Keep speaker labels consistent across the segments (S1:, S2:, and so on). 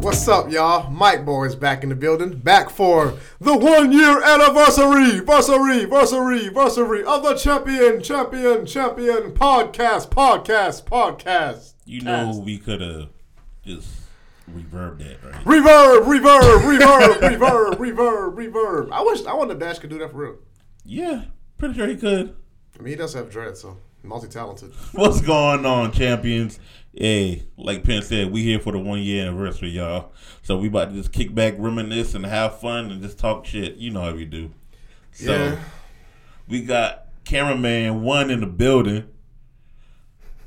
S1: What's up, y'all? Mike Boy is back in the building, back for the one year anniversary, versary, versary, versary of the champion, champion, champion podcast, podcast, podcast.
S2: You know we could have just reverbed that, right?
S1: Reverb, reverb, reverb, reverb, reverb, reverb. I wish I wonder if Dash could do that for real.
S2: Yeah, pretty sure he could.
S1: I mean, he does have dread, so multi talented.
S2: What's going on, champions? Hey, like Penn said, we here for the one year anniversary, y'all. So we about to just kick back, reminisce, and have fun, and just talk shit. You know how we do. So
S1: Yeah.
S2: we got cameraman one in the building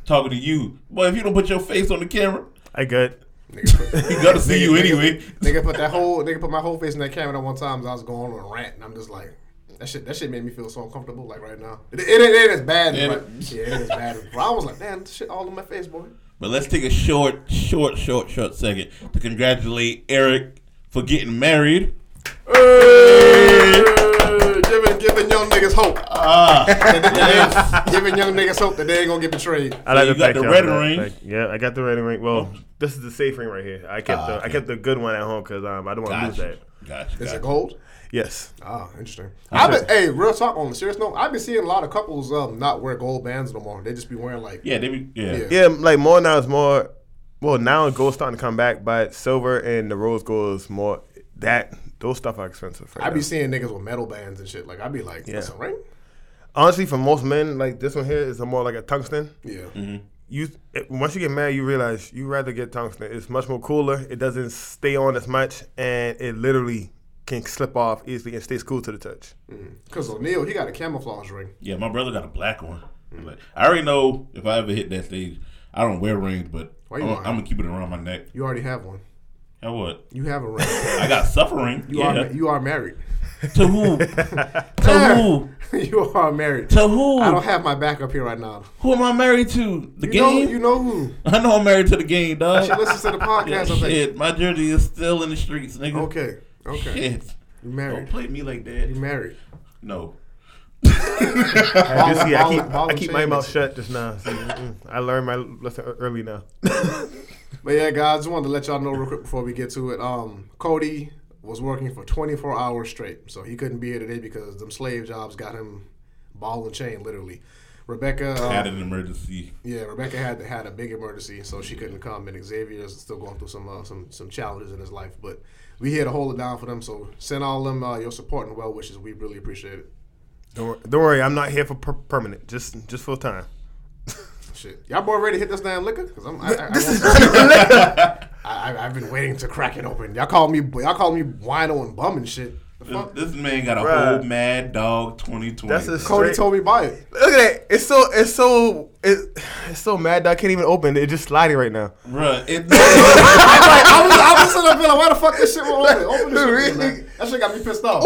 S2: talking to you. Boy, if you don't put your face on the camera,
S3: I good.
S2: he
S1: Nigga,
S2: gotta see you anyway.
S1: nigga put that whole nigga put my whole face in that camera that one time. as I was going on a rant, and I'm just like. That shit, that shit made me feel so uncomfortable, like right now. It, it, it ain't as bad,
S2: Yeah.
S1: yeah. yeah, it ain't as bad. But I was like, damn, this shit all on my face, boy.
S2: But let's take a short, short, short, short second to congratulate Eric for getting married.
S1: Hey! Giving, giving young niggas hope.
S2: Ah,
S1: giving young niggas hope that they ain't gonna get betrayed.
S3: I
S2: you
S3: to
S2: got
S3: thank
S2: the
S3: y'all
S2: red
S3: for that.
S2: ring. Oh.
S3: Thank- yeah, I got the red ring. Well, this is the safe ring right here. I kept
S2: Ah,
S3: the
S2: okay.
S3: I kept the good one at home because um I don't want to lose
S2: gotcha,
S3: that.
S2: gotcha,
S1: Is
S2: gotcha.
S1: it gold?
S3: Yes.
S1: Ah, interesting. I've been, hey, real talk on the serious note. I've been seeing a lot of couples um not wear gold bands no more. They just be wearing like
S2: Yeah, they be, yeah.
S1: Yeah.
S3: Yeah, like more now is more. Well, now gold's starting to come back, but silver and the rose gold is more. That those stuff are expensive. Right
S1: I be
S3: now.
S1: seeing niggas with metal bands and shit. Like I be like, that's a ring.
S3: honestly for most men like this one here is a more like a tungsten.
S1: Yeah.
S3: You it- once you get married, you realize you rather get tungsten. It's much more cooler. It doesn't stay on as much, and it literally can slip off easily and stays cool to the touch.
S1: Cause O'Neal, he got a camouflage ring.
S2: Yeah, my brother got a black one. Like, I already know if I ever hit that stage, I don't wear rings, but
S1: Why
S2: I'm,
S1: you lying?
S2: I'm gonna keep it around my neck.
S1: You already have one.
S2: How what?
S1: You have a ring.
S2: I got suffering.
S1: You
S2: yeah.
S1: are you are married.
S2: to who? to who?
S1: you are married.
S2: To who?
S1: I don't have my back up here right now.
S2: who am I married to? The
S1: You
S2: game.
S1: know you know who.
S2: I know I'm married to the game, dog.
S1: She listens to the podcast. I think.
S2: Shit, my jersey is still in the streets, nigga.
S1: Okay. Okay.
S2: Shit.
S1: You
S2: Don't
S1: married.
S2: play me like that.
S1: You married.
S2: No.
S3: I, just- yeah, I
S1: Ball-
S3: keep,
S1: ball
S3: I
S1: and
S3: keep
S1: chain
S3: my mouth
S1: mixer.
S3: shut just now. So, mm, I learned my lesson ear- early now.
S1: But yeah, guys, just wanted to let y'all know real quick before we get to it. Um, Cody was working for 24 hours straight, so he couldn't be here today because them slave jobs got him ball and chain, literally. Rebecca,
S2: Had
S1: uh,
S2: an emergency.
S1: yeah, Rebecca had had a big emergency, so she couldn't come. And Xavier is still going through some uh, some some challenges in his life, but we here to hold it down for them. So send all them uh, your support and well wishes. We really appreciate it.
S3: Don't worry, don't worry I'm not here for per- permanent. Just just full time.
S1: Shit, y'all boy ready to hit this damn liquor? Cause I'm. I, I, I, I, I, have been waiting to crack it open. Y'all call me. Y'all call me wino and bum and shit. The
S2: This,
S1: fuck?
S2: this man got a
S3: Bruh.
S2: whole mad dog 2020.
S3: That's a
S2: bro.
S3: co-
S1: Cody told me buy it.
S3: Look at that. It's so it's so it, it's so mad that I can't even open it. It's just sliding right now.
S2: Bruh, it-
S1: I'm like, I was, I was sitting there feeling like, why the fuck this shit won't open? Open this shit, man. That shit got me pissed off.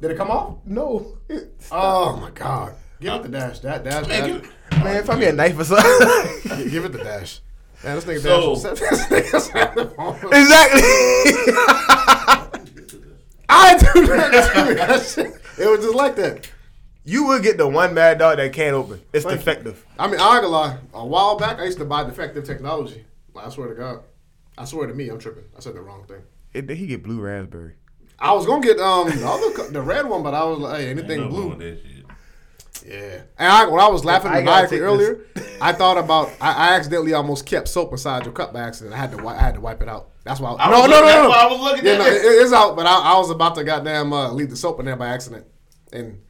S1: Did it come off?
S3: no. It-
S1: Oh my god! Give it the dash. That dash. dash.
S3: Man, find me a knife or something.
S1: Give it the dash. Man, this nigga
S2: So-
S1: dash. This nigga's had the phone.
S3: exactly.
S1: I do that too. That shit. It was just like that.
S3: you will get the one mad dog that can't open. It's
S1: Thank you.
S3: defective.
S1: I mean, I ain't gonna lie. A while back, I used to buy defective technology. Like, I swear to God, I swear to me, I'm tripping. I said the wrong thing.
S3: It, did he get blue raspberry?
S1: I was gonna get um the other co- the red one, but I was like, hey, anything
S2: No
S1: blue,
S2: doing that shit.
S1: yeah. And I, when I was laughing
S3: I
S1: at
S3: gotta
S1: Viacry
S3: take
S1: earlier, I thought about I, I accidentally almost kept soap inside your cup by accident. I had to wi- I had to wipe it out. That's why. I,
S2: I
S1: Oh, no,
S2: was
S1: no, no,
S2: looking-
S1: no,
S2: that's why I was looking
S1: Yeah,
S2: at
S1: no,
S2: it.
S1: it- it's out, but I, I was about to goddamn uh, leave the soap in there by accident, and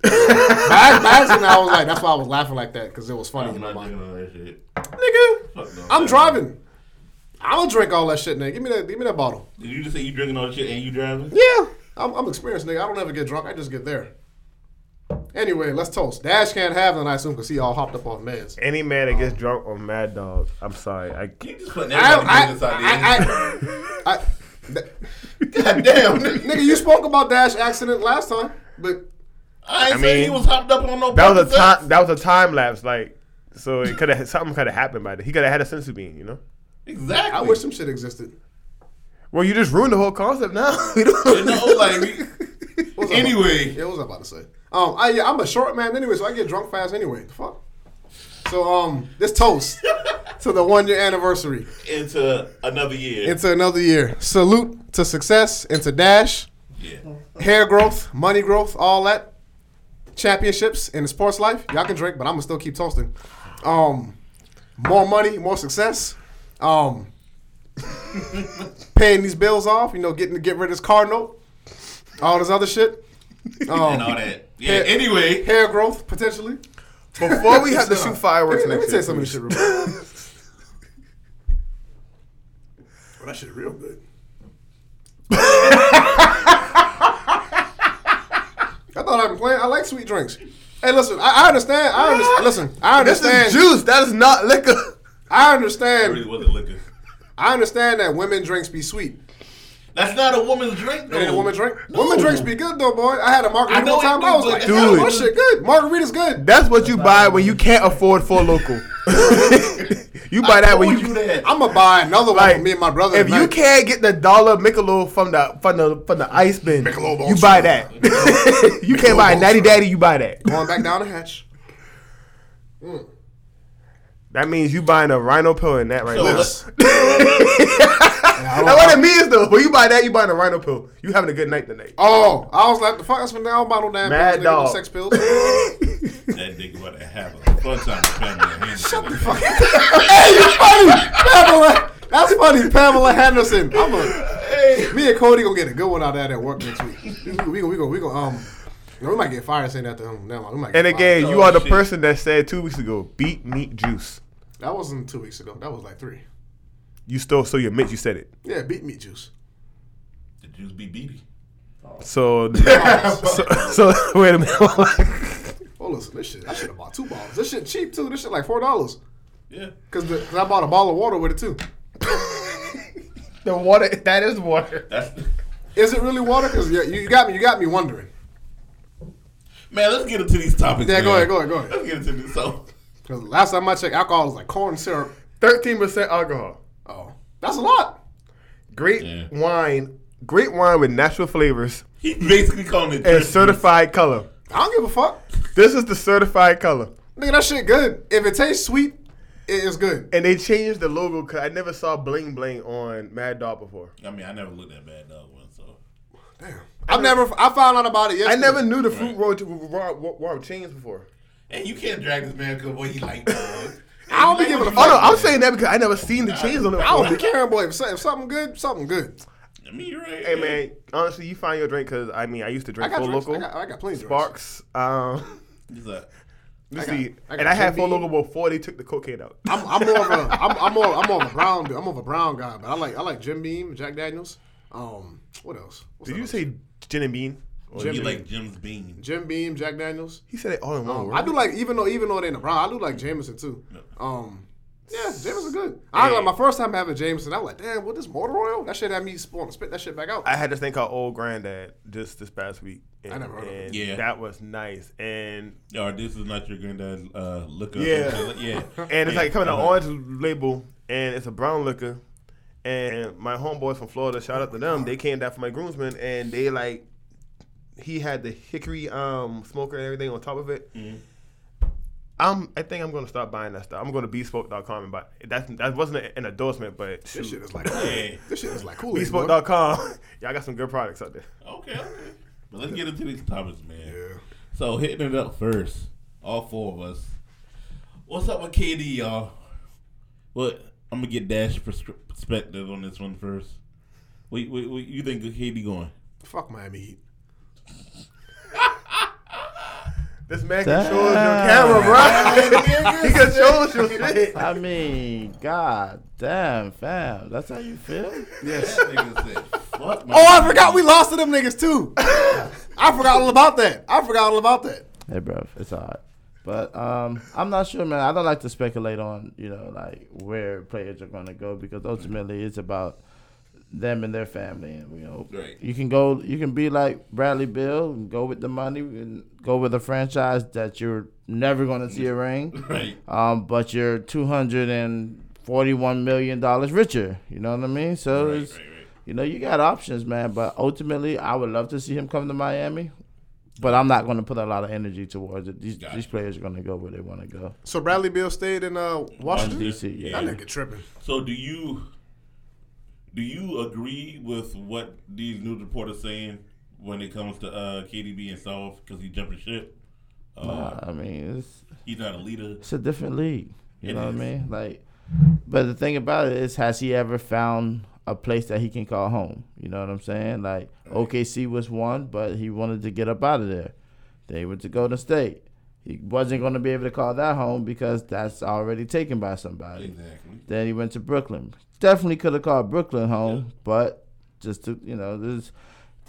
S1: by, by accident I was like, that's why I was laughing like that because it was funny
S2: I'm
S1: in my
S2: not
S1: mind.
S2: doing all that shit.
S1: Nigga,
S2: Fuck no.
S1: I'm driving. I don't drink all that shit, nigga. Give me that. Give me that bottle.
S2: Did you just say you drinking all that shit and you driving?
S1: Yeah, I'm, I'm experienced, nigga. I don't ever get drunk. I just get there. Anyway, let's toast. Dash can't have none, I assume, because he all hopped up on meds.
S3: Any man that gets drunk on mad dog, I'm sorry. I
S2: You just putting
S1: I,
S2: everybody
S1: I,
S2: business out there.
S1: I, I, I, th-
S2: God damn, nigga.
S1: nigga, you spoke about Dash accident last time, but
S2: I ain't saying
S3: I mean,
S2: he was hopped up on no.
S3: that was a
S2: fucking
S3: time
S2: sex.
S3: that was a time lapse. Like so, it could have something could have happened by then. He could have had a sensu bean, you know.
S2: Exactly.
S1: I wish some shit existed.
S3: Well, you just ruined the whole concept now.
S2: You
S3: You don't-
S2: know, like.
S1: What was I about-
S2: anyway,
S1: Yeah, what was I about to say? Um, I, yeah, I'm a short man anyway, so I get drunk fast anyway. The fuck? So, um, this toast to the one year anniversary.
S2: into another year.
S1: Into another year. Salute to success and to Dash.
S2: yeah.
S1: Oh, Hair growth, money growth, all that. Championships in the sports life. Y'all can drink, but I'm gonna still keep toasting. Um more money, more success. Um paying these bills off, you know, getting to get rid of this car note, all this other shit. Um,
S2: And all that. Yeah. Anyway,
S1: hair growth potentially.
S3: Before we have to shoot fireworks
S1: Let me, let me
S3: next
S1: tell
S3: year.
S1: you some of this shit real quick. well, that shit real good. I thought I've been playing. I like sweet drinks. Hey, listen, I, I understand. I understand. Listen, I
S3: This
S1: understand.
S3: is juice. That is not liquor.
S1: I
S2: it really
S1: understand.
S2: wasn't liquor.
S1: I understand that women drinks be sweet.
S2: That's not a woman's drink, though.
S1: Ain't a woman drink? Women drinks be good though, boy. I had a margarita
S2: I know
S1: one time.
S2: it
S1: I was
S2: do,
S1: like,
S2: but
S3: that's
S1: dude,
S3: not
S1: that shit good. Margarita's good.
S3: That's what you buy when you can't afford for local. you buy that
S2: Told
S3: when
S2: you
S3: you
S2: that.
S1: I'm gonna buy another one
S3: like
S1: for me and my brother.
S3: If you
S1: tonight.
S3: can't get the dollar Michelob from the from the from the ice bin,
S1: Michelob
S3: you
S1: Ultra.
S3: buy that. you can't buy
S1: Michelob
S3: Natty
S1: Ultra.
S3: Daddy, you buy that.
S1: going back down the hatch.
S3: That means you buying a Rhino pill in that right
S2: So
S3: now.
S2: let's-
S1: Yeah, I don't-
S3: That's what it means though. When you buy that, you buying a Rhino pill. You having a good night tonight.
S1: Oh, I was like, the fuck, that's when I don't buy no damn pills,
S3: Mad
S1: nigga, no
S3: dog.
S1: sex pills. Shut
S2: That nigga about to have a fun time with family. and
S1: the
S2: handle
S1: fuck up. Hey, you funny, Pamela. That's funny, Pamela Henderson. I'm a,
S3: Hey.
S1: me and Cody gonna get a good one out of that at work next week. We gonna, we gonna, we gonna, we gonna um, you know, we might get fired saying that to him. Never mind, we might get
S3: And
S1: fired.
S3: again,
S2: Oh,
S3: you are the
S2: shit.
S3: person that said two weeks ago, beat meat juice.
S1: that wasn't two weeks ago. That was like three.
S3: You still so you admit you said it.
S1: Yeah, beat meat juice.
S2: The Jews be beating.
S3: So so, so wait a minute.
S1: Oh, listen, this shit. I should have bought two bottles. This shit cheap too. This shit like four dollars.
S2: Yeah.
S1: Cause, the- 'cause I bought a bottle of water with it too.
S3: the water that is water.
S2: That's
S1: Is it really water? Cause yeah, you you got me. You got me wondering.
S2: man. Let's get into these topics.
S1: Yeah,
S2: man.
S1: go ahead, go ahead, go ahead.
S2: Let's get into this. So,
S1: Cause last time I checked, alcohol was like corn syrup.
S3: Thirteen percent alcohol.
S1: Oh, that's a lot.
S3: Great
S2: Yeah.
S3: wine. Great wine with natural flavors
S2: he basically calling it
S3: and
S2: Jews.
S3: certified color.
S1: I don't give a fuck.
S3: This is the certified color.
S1: Nigga, that shit good. If it tastes sweet, it is good.
S3: And they changed the logo because I never saw bling bling on Mad Dog before.
S2: I mean, I never looked at Bad Dog one. So
S1: Damn. I've never. I found out about it
S3: I
S1: yesterday.
S3: never knew the fruit road to raw, raw, raw chains before.
S2: And you can't drag this man because what he like. dog.
S1: I don't be giving a
S3: Oh
S1: fuck.
S3: no, I'm saying that because I never seen the chains on it.
S1: I don't be
S3: before.
S1: caring, boy. If, so- if something good, something good.
S2: I mean, you're right.
S3: Hey man, honestly, you find your drink because I mean I used to
S1: I
S3: drink
S1: got
S3: Full
S1: drinks.
S3: Local,
S1: I got, I got plenty of drinks.
S3: Sparks. Um,
S2: He's like,
S3: let's
S1: I got-
S3: see,
S1: I got
S3: and I had
S1: Jim
S3: Full
S1: Beam.
S3: Local before they took the cocaine out.
S1: I'm, I'm more of a. I'm, I'm more. I'm more of a brown dude. I'm more of a brown guy. But I like. I like Jim Beam, Jack Daniels. Um, what else? What's
S3: Did
S1: that
S3: you
S1: other
S3: say
S1: shit?
S3: gin and bean? Or
S2: he
S1: Jimmy.
S2: like Jim's bean.
S1: Jim Beam, Jack Daniels?
S3: He said it all in one
S1: Um,
S3: word.
S1: I do like even though even though it ain't a brown, I do like Jameson too. Um, yeah, Jameson good. I like my first time having Jameson, I was like, damn, what this motor oil? That shit had me want to spit that shit back out.
S3: I had this thing called Old Granddad just this past week. And,
S1: never heard of it.
S3: and
S2: Yeah.
S3: that was nice. And
S2: Yo, this is not your granddad's uh, liquor.
S3: Yeah.
S2: yeah.
S3: and it's
S2: Yeah,
S3: like coming an
S1: Uh-huh.
S2: I
S3: orange label, and it's a brown liquor. And my homeboys from Florida, shout out to them. They came down for my groomsmen, and they like he had the hickory um smoker and everything on top of it.
S1: Mm-hmm.
S3: I'm, I think I'm gonna start buying that stuff. I'm going to bespoke.com and buy. That's that wasn't an endorsement, but
S1: this
S3: shoot,
S1: shit is like
S2: Yeah.
S1: this shit is like cool.
S3: bespoke.com. Y'all got some good products out there.
S2: Okay, okay. But let's get into these topics, man.
S1: Yeah.
S2: So hitting it up first, all four of us. What's up with KD, y'all? What I'm gonna get Dash perscri- perspective on this one first. Wait, wait, wait, you think of KD going?
S1: Fuck Miami Heat.
S3: This man controls your camera, bro. he controls your shit.
S4: I mean, god damn, fam. That's how you feel?
S2: Yes. Fuck my
S1: Oh, I forgot we lost to them niggas too. I forgot all about that. I forgot all about that.
S4: Hey, bro, it's all right. But um, I'm not sure, man. I don't like to speculate on, you know, like where players are going to go because ultimately it's about them and their family. And you know,
S2: Right.
S4: you can go, you can be like Bradley Bill and go with the money and go with a franchise that you're never going to see a ring.
S2: Right.
S4: Um, but you're 241 million dollars richer. You know what I mean? So
S2: Right, right,
S4: it's,
S2: right.
S4: you know, you got options, man. But ultimately, I would love to see him come to Miami. But I'm not going to put a lot of energy towards it. These,
S2: Gotcha.
S4: these players are going to go where they want to go.
S1: So Bradley Bill stayed in uh, Washington.
S4: DC,
S2: Oh,
S4: yeah.
S1: That nigga tripping.
S2: So do you do you agree with what these news reporters saying when it comes to uh, KD being soft because he's jumping ship? Uh,
S4: Nah, I mean, it's
S2: He's not a leader.
S4: it's a different league. You
S2: It
S4: know
S2: is.
S4: what I mean? Like, but the thing about it is, has he ever found a place that he can call home? You know what I'm saying? Like OKC was one, but he wanted to get up out of there. They went to Golden State. He wasn't going to be able to call that home because that's already taken by somebody.
S2: Exactly.
S4: Then he went to Brooklyn. Definitely could have called Brooklyn home, but just to you know, this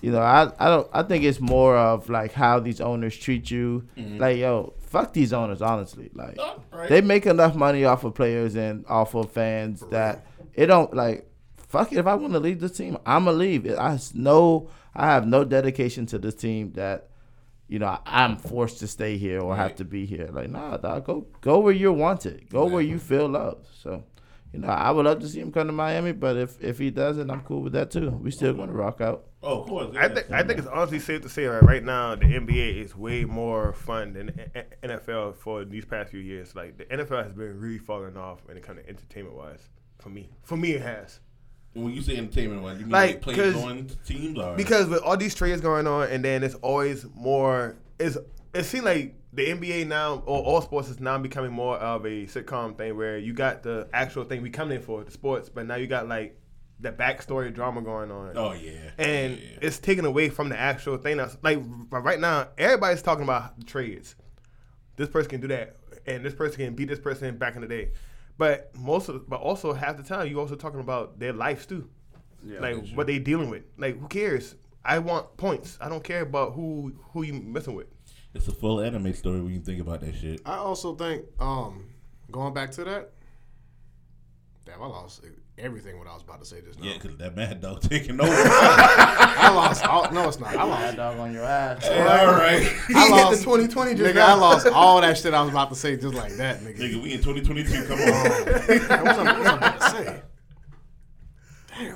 S4: you know, I, I don't I think it's more of like how these owners treat you. Like, yo, fuck these owners, honestly. Like
S2: Oh, right.
S4: they make enough money off of players and off of fans that it don't like fuck it. If I want to leave this team, I'ma leave. It- I s- no I have no dedication to this team that you know, I'm forced to stay here or have
S2: Right.
S4: to be here. Like, nah, dog, go go where you're wanted. Go where you feel loved. So, you know, I would love to see him come to Miami, but if if he doesn't, I'm cool with that too. We still gonna rock out.
S2: oh, of course.
S3: I think I think it's honestly safe to say that right now the NBA is way more fun than A- A- NFL for these past few years. Like the NFL has been really falling off when it comes to entertainment wise. For me, for me it has.
S2: when you say entertainment, wise, you mean
S3: Like,
S2: like, players
S3: 'cause-
S2: going teams are
S3: Because with all these trades going on, and then it's always more. It's it seems like the NBA now or all sports is now becoming more of a sitcom thing where you got the actual thing we come in for the sports, but now you got like the backstory drama going on.
S2: Oh yeah.
S3: And
S2: yeah.
S3: it's taken away from the actual thing. That's like r- right now, everybody's talking about the trades. This person can do that, and this person can beat this person back in the day. But most of, but also half the time, you also talking about their lives too like what they dealing with. Like who cares? I want points. I don't care about who who you messing with.
S2: it's a full anime story when you think about that shit.
S1: I also think um, going back to that. Damn, I lost everything what I was about to say just
S3: Uh-huh.
S1: now.
S2: Yeah, because that mad dog taking over.
S1: I lost. All, no, it's not. I lost.
S4: dog on your ass.
S2: All right,
S1: I
S3: hit the
S1: lost
S3: 2020 just
S1: nigga.
S3: now.
S1: I lost all that shit I was about to say just like that, nigga.
S2: nigga, we in 2022. Come on.
S1: Damn, what's I what was I about to say? Damn.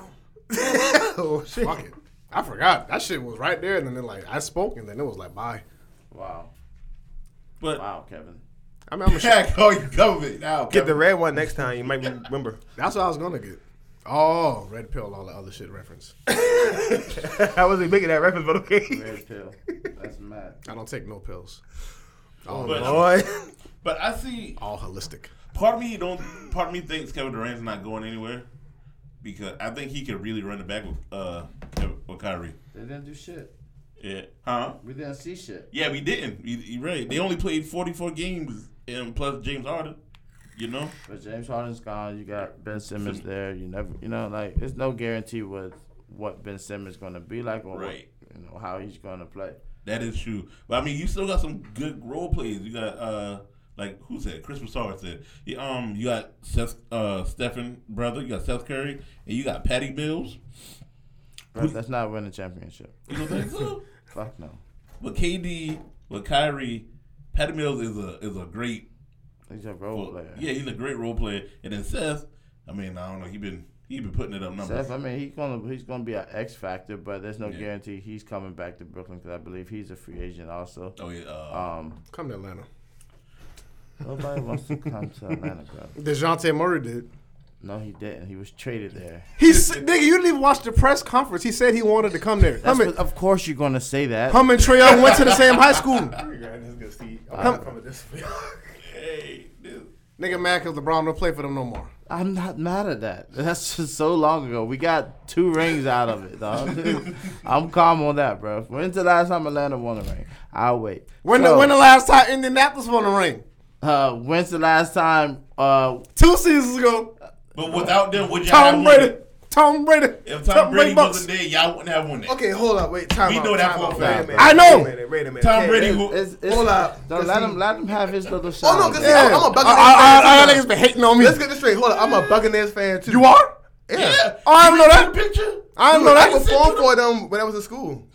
S3: Oh shit!
S1: Fuck it. I forgot. That shit was right there, and then like I spoke, and then it was like bye.
S4: Wow,
S2: But oh,
S4: wow, Kevin.
S1: I mean, I'm a
S2: yeah, call your government now.
S3: Get the
S2: Kevin.
S3: red one next time. You might remember.
S1: That's what I was gonna get. Oh, red pill, all the other shit reference.
S3: I wasn't making that reference, but okay.
S4: Red pill. That's mad.
S1: I don't take no pills.
S3: Oh,
S1: All,
S2: But-
S3: Boy,
S2: But I see
S1: all holistic.
S2: Part of me don't. Part of me thinks Kevin Durant's not going anywhere because I think he could really run it back with uh Kev- with Kyrie.
S4: They didn't do shit.
S2: Yeah. Huh?
S4: We didn't see shit.
S2: Yeah, we didn't. We, you right. They only played forty four games and plus James Harden. You know.
S4: But James Harden's gone. You got Ben Simmons there. You never, you know, like it's no guarantee with what Ben Simmons gonna be like or what-
S2: Right.
S4: you know how he's gonna play.
S2: That is true. But I mean, you still got some good role plays. You got uh, like who said? Chris Broussard said. Yeah, um, you got Seth, uh, Stephen brother. You got Seth Curry, and you got Patty Mills.
S4: But that's not winning championship.
S2: You don't think so?
S4: Fuck no.
S2: With KD, with Kyrie, Patty Mills is a is a great
S4: He's a role
S2: Well,
S4: player.
S2: Yeah, he's a great role player. And then Seth, I mean, I don't know, he been he been putting it up numbers.
S4: Seth, I mean, he's gonna he's gonna be an X factor, but there's no
S2: Yeah.
S4: guarantee he's coming back to Brooklyn because I believe he's a free agent also.
S2: Oh yeah, uh,
S4: Um,
S1: Come to Atlanta.
S4: nobody wants to come to Atlanta, bro.
S1: Dejounte Murray did.
S4: No, he didn't. He was traded there.
S1: He s- nigga, you didn't even watch the press conference. He said he wanted to come there.
S4: That's
S1: Him and,
S4: what- of course, you're gonna say that.
S1: him and Trey Young went to the same high school.
S3: I'm coming this way.
S2: hey, dude.
S1: Nigga, mad because LeBron don't play for them no more.
S4: I'm not mad at that. That's just so long ago. We got two rings out of it, dog. I'm calm on that, bro. When's the last time Atlanta won a ring? I'll wait.
S1: When
S4: So,
S1: the when the last time Indianapolis won a ring?
S4: uh, when's the last time? Uh,
S1: Two seasons ago.
S2: But without them, would y'all
S1: Tom
S2: have
S1: Brady.
S2: won?
S1: Tom Brady.
S2: If Tom Brady
S1: Bucks.
S2: wasn't there, y'all wouldn't have won that.
S3: Okay, hold up. Wait, time
S2: We
S3: out.
S2: know that
S3: time
S2: for a
S3: out,
S2: fact.
S3: wait a minute,
S1: I know.
S3: Wait a minute. Wait a minute.
S2: Tom
S3: Hey,
S2: Brady
S3: hey,
S2: who-
S4: it's, it's,
S3: Hold up,
S4: Don't
S3: 'cause
S4: let
S3: he-
S4: him let him have his little shot.
S3: Oh no, because
S1: Yeah.
S3: I'm a Buccaneers
S1: All-
S3: fan.
S1: all- all y'all
S3: too.
S1: niggas been hating on me.
S3: Let's get this straight. Hold up, I'm a Buccaneers fan too.
S1: You are?
S2: Yeah.
S1: Oh, I
S2: You
S1: know
S2: see
S1: that.
S2: the picture.
S1: I don't know
S3: I
S1: that.
S3: was born for them when I was in school.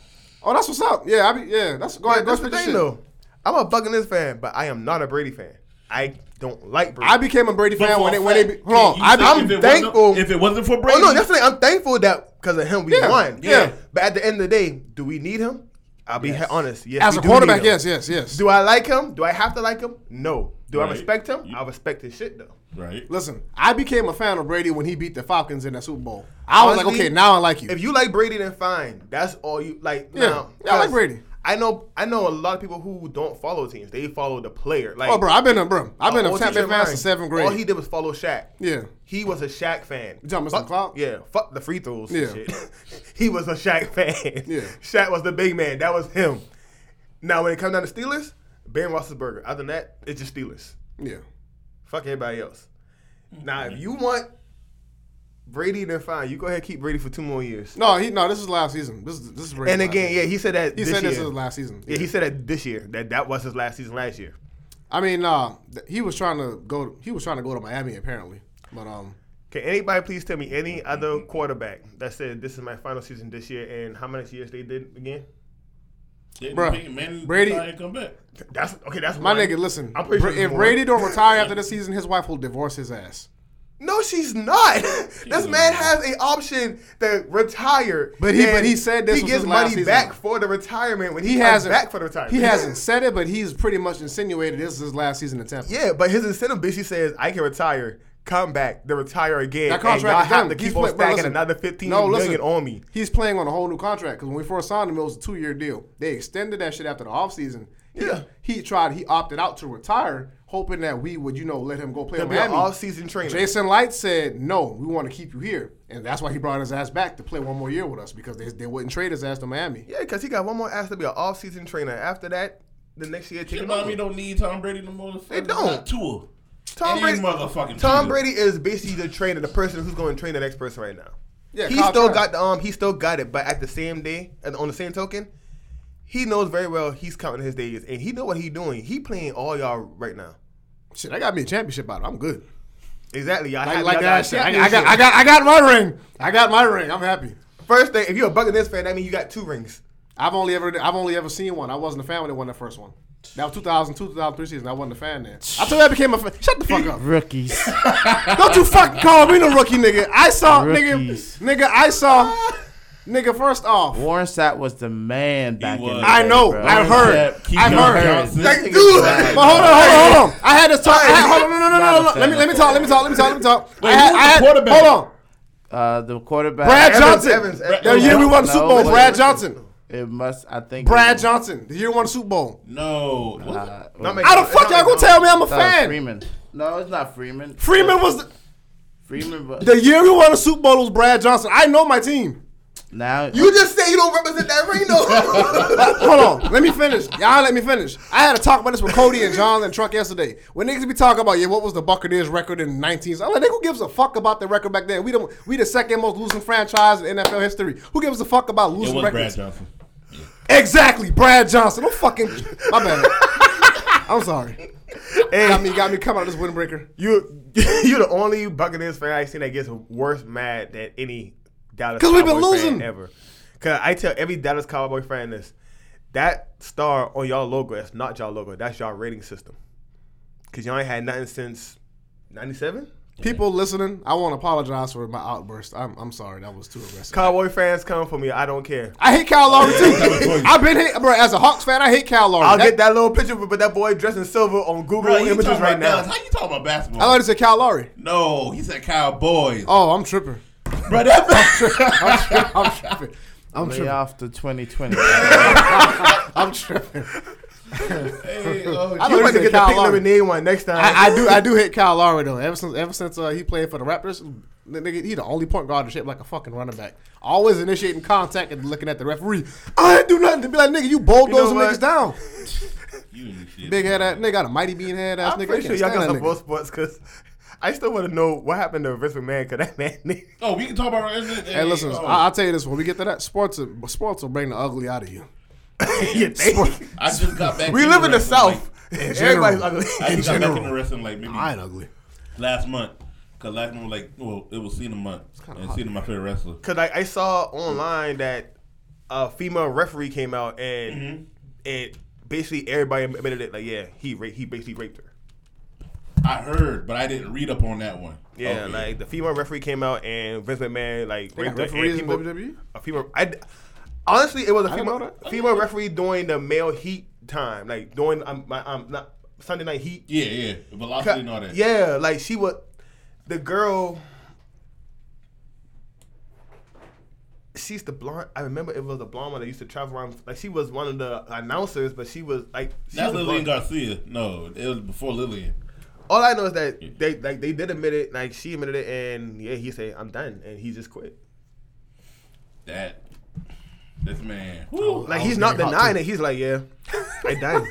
S1: Oh, that's what's up. Yeah, I be yeah. That's go ahead. Go
S3: That's the
S1: spit your
S3: thing,
S1: shit.
S3: though. I'm a Buccaneers fan, but I am not a Brady fan. I don't like Brady.
S1: I became a Brady
S2: But
S1: fan
S2: for
S1: when
S2: a
S1: it when they be,
S2: fact,
S1: hold on.
S2: you
S1: I
S2: said
S1: be,
S2: if
S1: I'm
S2: it wasn't-
S1: thankful.
S2: If it wasn't for
S3: oh
S2: Brady,
S3: no, definitely. I'm thankful that because of him we
S1: Yeah,
S3: won.
S1: yeah.
S3: But at the end of the day, do we need him? I'll be
S4: Yes.
S3: he- honest. Yes,
S1: As
S3: we
S1: a
S3: do need
S1: quarterback,
S3: him.
S1: yes, yes, yes.
S3: Do I like him? Do I have to like him? No. Do
S2: Right.
S3: I respect him?
S2: You-
S3: I respect his shit though.
S2: right?
S1: Listen, I became a fan of Brady when he beat the Falcons in that Super Bowl. I was like,
S3: Honestly,
S1: okay, now I like you.
S3: If you like Brady, then fine. That's all you like.
S1: Yeah.
S3: now,
S1: Yeah, I like
S3: cause
S1: Brady.
S3: I know. I know a lot of people who don't follow teams. They follow the player. Like,
S1: oh, bro, I've been a bro. I've been a
S3: all
S1: Tampa Bay
S3: teams
S1: fan
S3: are
S1: since
S3: mine.
S1: seventh grade.
S3: All Oh, he did was follow Shaq.
S1: yeah,
S3: He was a Shaq fan.
S1: You talking about
S3: Fuck-
S1: Mr. Clout?
S3: Yeah, fuck the free throws. and
S1: Yeah.
S3: shit. he was a Shaq fan.
S1: Yeah.
S3: Shaq was the big man. That was him. Now, when it comes down to Steelers, Ben Roethlisberger. Other than that, it's just Steelers.
S1: yeah.
S3: Fuck everybody else. Now, if you want Brady, then fine. You go ahead and keep Brady for two more years.
S1: No, he no. This is last season. This is this is Brady's
S3: And
S1: last
S3: again,
S1: season.
S3: yeah, he said that.
S1: he
S3: this
S1: said
S3: year.
S1: this is last season.
S3: Yeah, he said that this year. That that was his last season last year.
S1: I mean, uh, th- he was trying to go. He was trying to go to Miami apparently, but um,
S3: Can anybody please tell me
S1: Mm-hmm.
S3: any other quarterback that said this is my final season this year and how many years they did again?
S2: Didn't
S1: Bruh,
S2: Peyton Manning
S1: Brady-
S2: decide to come back.
S3: That's okay. That's
S1: my
S3: one.
S1: nigga, listen.
S3: I'm pretty
S1: Bra-
S3: sure it's
S1: if
S3: more.
S1: Brady don't retire after this season, his wife will divorce his ass.
S3: No, she's not. this man has an option to retire,
S1: But he-
S3: and
S1: but he said this
S3: he
S1: was
S3: gets
S1: his last
S3: money
S1: season.
S3: back for the retirement when he,
S1: He
S3: comes
S1: hasn't
S3: back for the retirement.
S1: He hasn't said it, but he's pretty much insinuated this is his last season in Tampa.
S3: Yeah, but his incentive basically says, "I can retire, come back, then retire again."
S1: That contract
S3: and y'all
S1: is
S3: have
S1: done.
S3: to
S1: He's
S3: keep on
S1: play- bro,
S3: stacking
S1: listen.
S3: another fifteen
S1: No,
S3: million
S1: listen.
S3: on me.
S1: He's playing on a whole new contract because when we first signed him, it was a two year deal. They extended that shit after the offseason. He,
S3: Yeah.
S1: He tried, he opted out to retire, hoping that we would, you know, let him go play
S3: To
S1: in
S3: be an
S1: Miami.
S3: all-season trainer.
S1: Jason Light said, no, we want to keep you here. And that's why he brought his ass back to play one more year with us because they, they wouldn't trade his ass to Miami.
S3: yeah, because he got one more ass to be an off-season trainer. After that, the next year, take
S2: Your
S3: him
S2: mommy
S3: over.
S2: don't need Tom Brady no more. They
S3: don't.
S2: Tua.
S3: Tom
S2: Any
S3: Brady,
S2: motherfucking
S3: Tom
S2: Tua.
S3: Brady is basically the trainer, the person who's going to train the next person right now.
S1: Yeah,
S3: he
S1: Kyle
S3: still
S1: Trask.
S3: got the um, he still got it, but at the same day, and on the same token, he knows very well he's counting his days, and he know what he doing. He playing all y'all right now.
S1: Shit, I got me a championship out of it. I'm good.
S3: Exactly, y'all.
S1: I
S3: had-
S1: like
S3: y'all
S1: that
S3: got
S1: shit. I, I
S3: championship.
S1: got, I, got, I got my ring. I got my ring. I'm happy.
S3: First thing, if you're a Buccaneers fan, that means you got two rings.
S1: I've only ever I've only ever seen one. I wasn't a fan when they won the first one. That was 2002, 2003 season. I wasn't a fan then. I told you I became a fan. Shut the fuck up.
S3: oh.
S4: Rookies.
S1: Don't you fucking call me no rookie, nigga. I saw,
S4: Rookies.
S1: nigga, nigga, I saw, nigga. First off,
S4: Warren Sapp was the man back in the
S2: was.
S4: day,
S1: I know.
S4: bro.
S1: I've heard.
S2: Keep
S1: I've
S2: your
S1: heard.
S2: Johnson.
S3: Thank
S4: nigga's
S3: you.
S4: bad.
S1: But hold on, hold on, hold on. I had this talk. I had, hold on, no, no, no,
S4: Not
S1: no,
S4: a
S1: no. Let me,
S4: fan.
S1: let me talk. Let me talk. Let me talk. Let me talk. I
S2: who
S1: had,
S2: was
S1: I
S2: the
S1: had,
S2: quarterback?
S1: Hold on,
S4: Uh, the quarterback.
S1: Brad
S3: Evans,
S1: Johnson.
S3: Evans, Evans.
S1: the year we won the
S4: No,
S1: Super Bowl,
S4: wait.
S1: Brad Johnson.
S4: It must. I think.
S1: Brad
S4: it-
S1: Johnson. The year we won the Super Bowl.
S2: No. Was it-
S4: Uh,
S3: Not
S4: was-
S3: Mac-
S1: How the fuck y'all gonna tell me I'm a
S4: that was
S1: fan?
S4: Freeman. No, it's not Freeman.
S1: Freeman was the,
S4: Freeman, but
S1: the year we won the Super Bowl was Brad Johnson. I know my team.
S4: now
S3: You just say you don't represent that ring, though.
S1: Hold on, let me finish. Y'all let me finish. I had a talk about this with Cody and John and Truck yesterday. When niggas be talking about, yeah, what was the Buccaneers record in the 19s? I'm like, nigga, who gives a fuck about the record back then? We the, we the second most losing franchise in NFL history. Who gives a fuck about
S2: It
S1: losing
S2: was Brad
S1: records?
S2: Johnson.
S1: Exactly, Brad Johnson. Don't fucking, my bad. I'm sorry. Got me, got me coming out of this windbreaker.
S3: you, you're the only Buccaneers fan I've seen that gets worse mad than any Dallas
S1: 'Cause
S3: Cowboy
S1: we've been
S3: fan
S1: losing.
S3: ever. Because I tell every Dallas Cowboy fan this: that star on y'all logo, that's not y'all logo. That's y'all rating system. Because y'all ain't had nothing since '97.
S1: People listening, I want to apologize for my outburst. I'm, I'm sorry, that was too aggressive.
S3: Cowboy fans come for me. I don't care.
S1: I hate Kyle Lowry too.
S2: told you.
S1: I've been hate, bro. As a Hawks fan, I hate Kyle Lowry.
S3: I'll
S1: That-
S3: get that little picture, but that boy dressed in silver on Google
S2: Bro, you
S3: Images
S2: talking
S3: right
S2: about
S3: now.
S2: Dallas. How you talking about basketball?
S1: I thought you said Kyle Lowry.
S2: no, he said Cowboys.
S1: Oh, I'm tripping.
S2: Bro, that
S1: I'm tripping. I'm tripping. I'm
S4: lay
S1: tripping.
S4: off to 2020.
S1: I'm tripping.
S2: Hey,
S1: I
S2: oh,
S1: thought
S3: You about
S1: you
S3: to
S1: said
S3: get the
S1: Kyle
S3: pink
S1: Lowry.
S3: lemonade one next time.
S1: I, I do. I do hate Kyle Lowry though. Ever since ever since uh, he played for the Raptors, the nigga, he the only point guard and shit like a fucking running back. Always initiating contact and looking at the referee. I didn't do nothing to be like nigga. You bulldozing
S3: what?
S1: niggas down.
S2: you ain't shit.
S1: Big head ass nigga got a mighty bean head ass
S3: I'm
S1: nigga. I
S3: pretty sure
S1: can't
S3: y'all got
S1: stand
S3: some
S1: that
S3: both
S1: nigga.
S3: sports because I still want to know what happened to Vince McMahon because that man. nigga-
S2: Oh, we can talk about Resident
S1: Hey, listen,
S2: oh,
S1: I, I'll tell you this: when we get to that, sports, will- sports will bring the ugly out of you.
S3: You think?
S2: I just got back.
S3: we
S2: into
S3: live in the
S2: wrestling,
S3: South.
S1: general.
S3: Everybody's ugly.
S2: Like, I
S1: in
S2: just got back
S1: general.
S2: into wrestling like maybe
S1: I ain't ugly.
S2: last month. Cause last month, like, well, it was Cena month, and Cena my favorite wrestler.
S3: Because I, I saw online that a female referee came out and and basically everybody admitted it. Like, yeah, he ra- he basically raped her.
S2: I heard, but I didn't read up on that one.
S3: Yeah,
S2: Okay.
S3: like the female referee came out and Vince McMahon like
S1: They got
S3: raped her. and
S1: referees in E?
S3: people-
S1: WWE?
S3: A female. I, Honestly, it was a
S1: didn't know
S3: female,
S1: that.
S3: female referee during the male heat time, like during um, my um, not Sunday night heat.
S2: Yeah, yeah. Velocity and all that.
S3: Yeah, like she was the girl. She's the blonde. I remember it was a blonde one that used to travel around. Like she was one of the announcers, but she was like she
S2: Not
S3: was a
S2: Lillian
S3: blonde.
S2: Garcia. No, it was before Lillian.
S3: All I know is that they like they did admit it. Like she admitted it, and yeah, he said I'm done, and he just quit.
S2: That this man. Oh, Woo.
S3: Like
S1: I was
S3: he's not
S1: getting hot
S3: denying
S1: too.
S3: it. He's like, yeah, I done.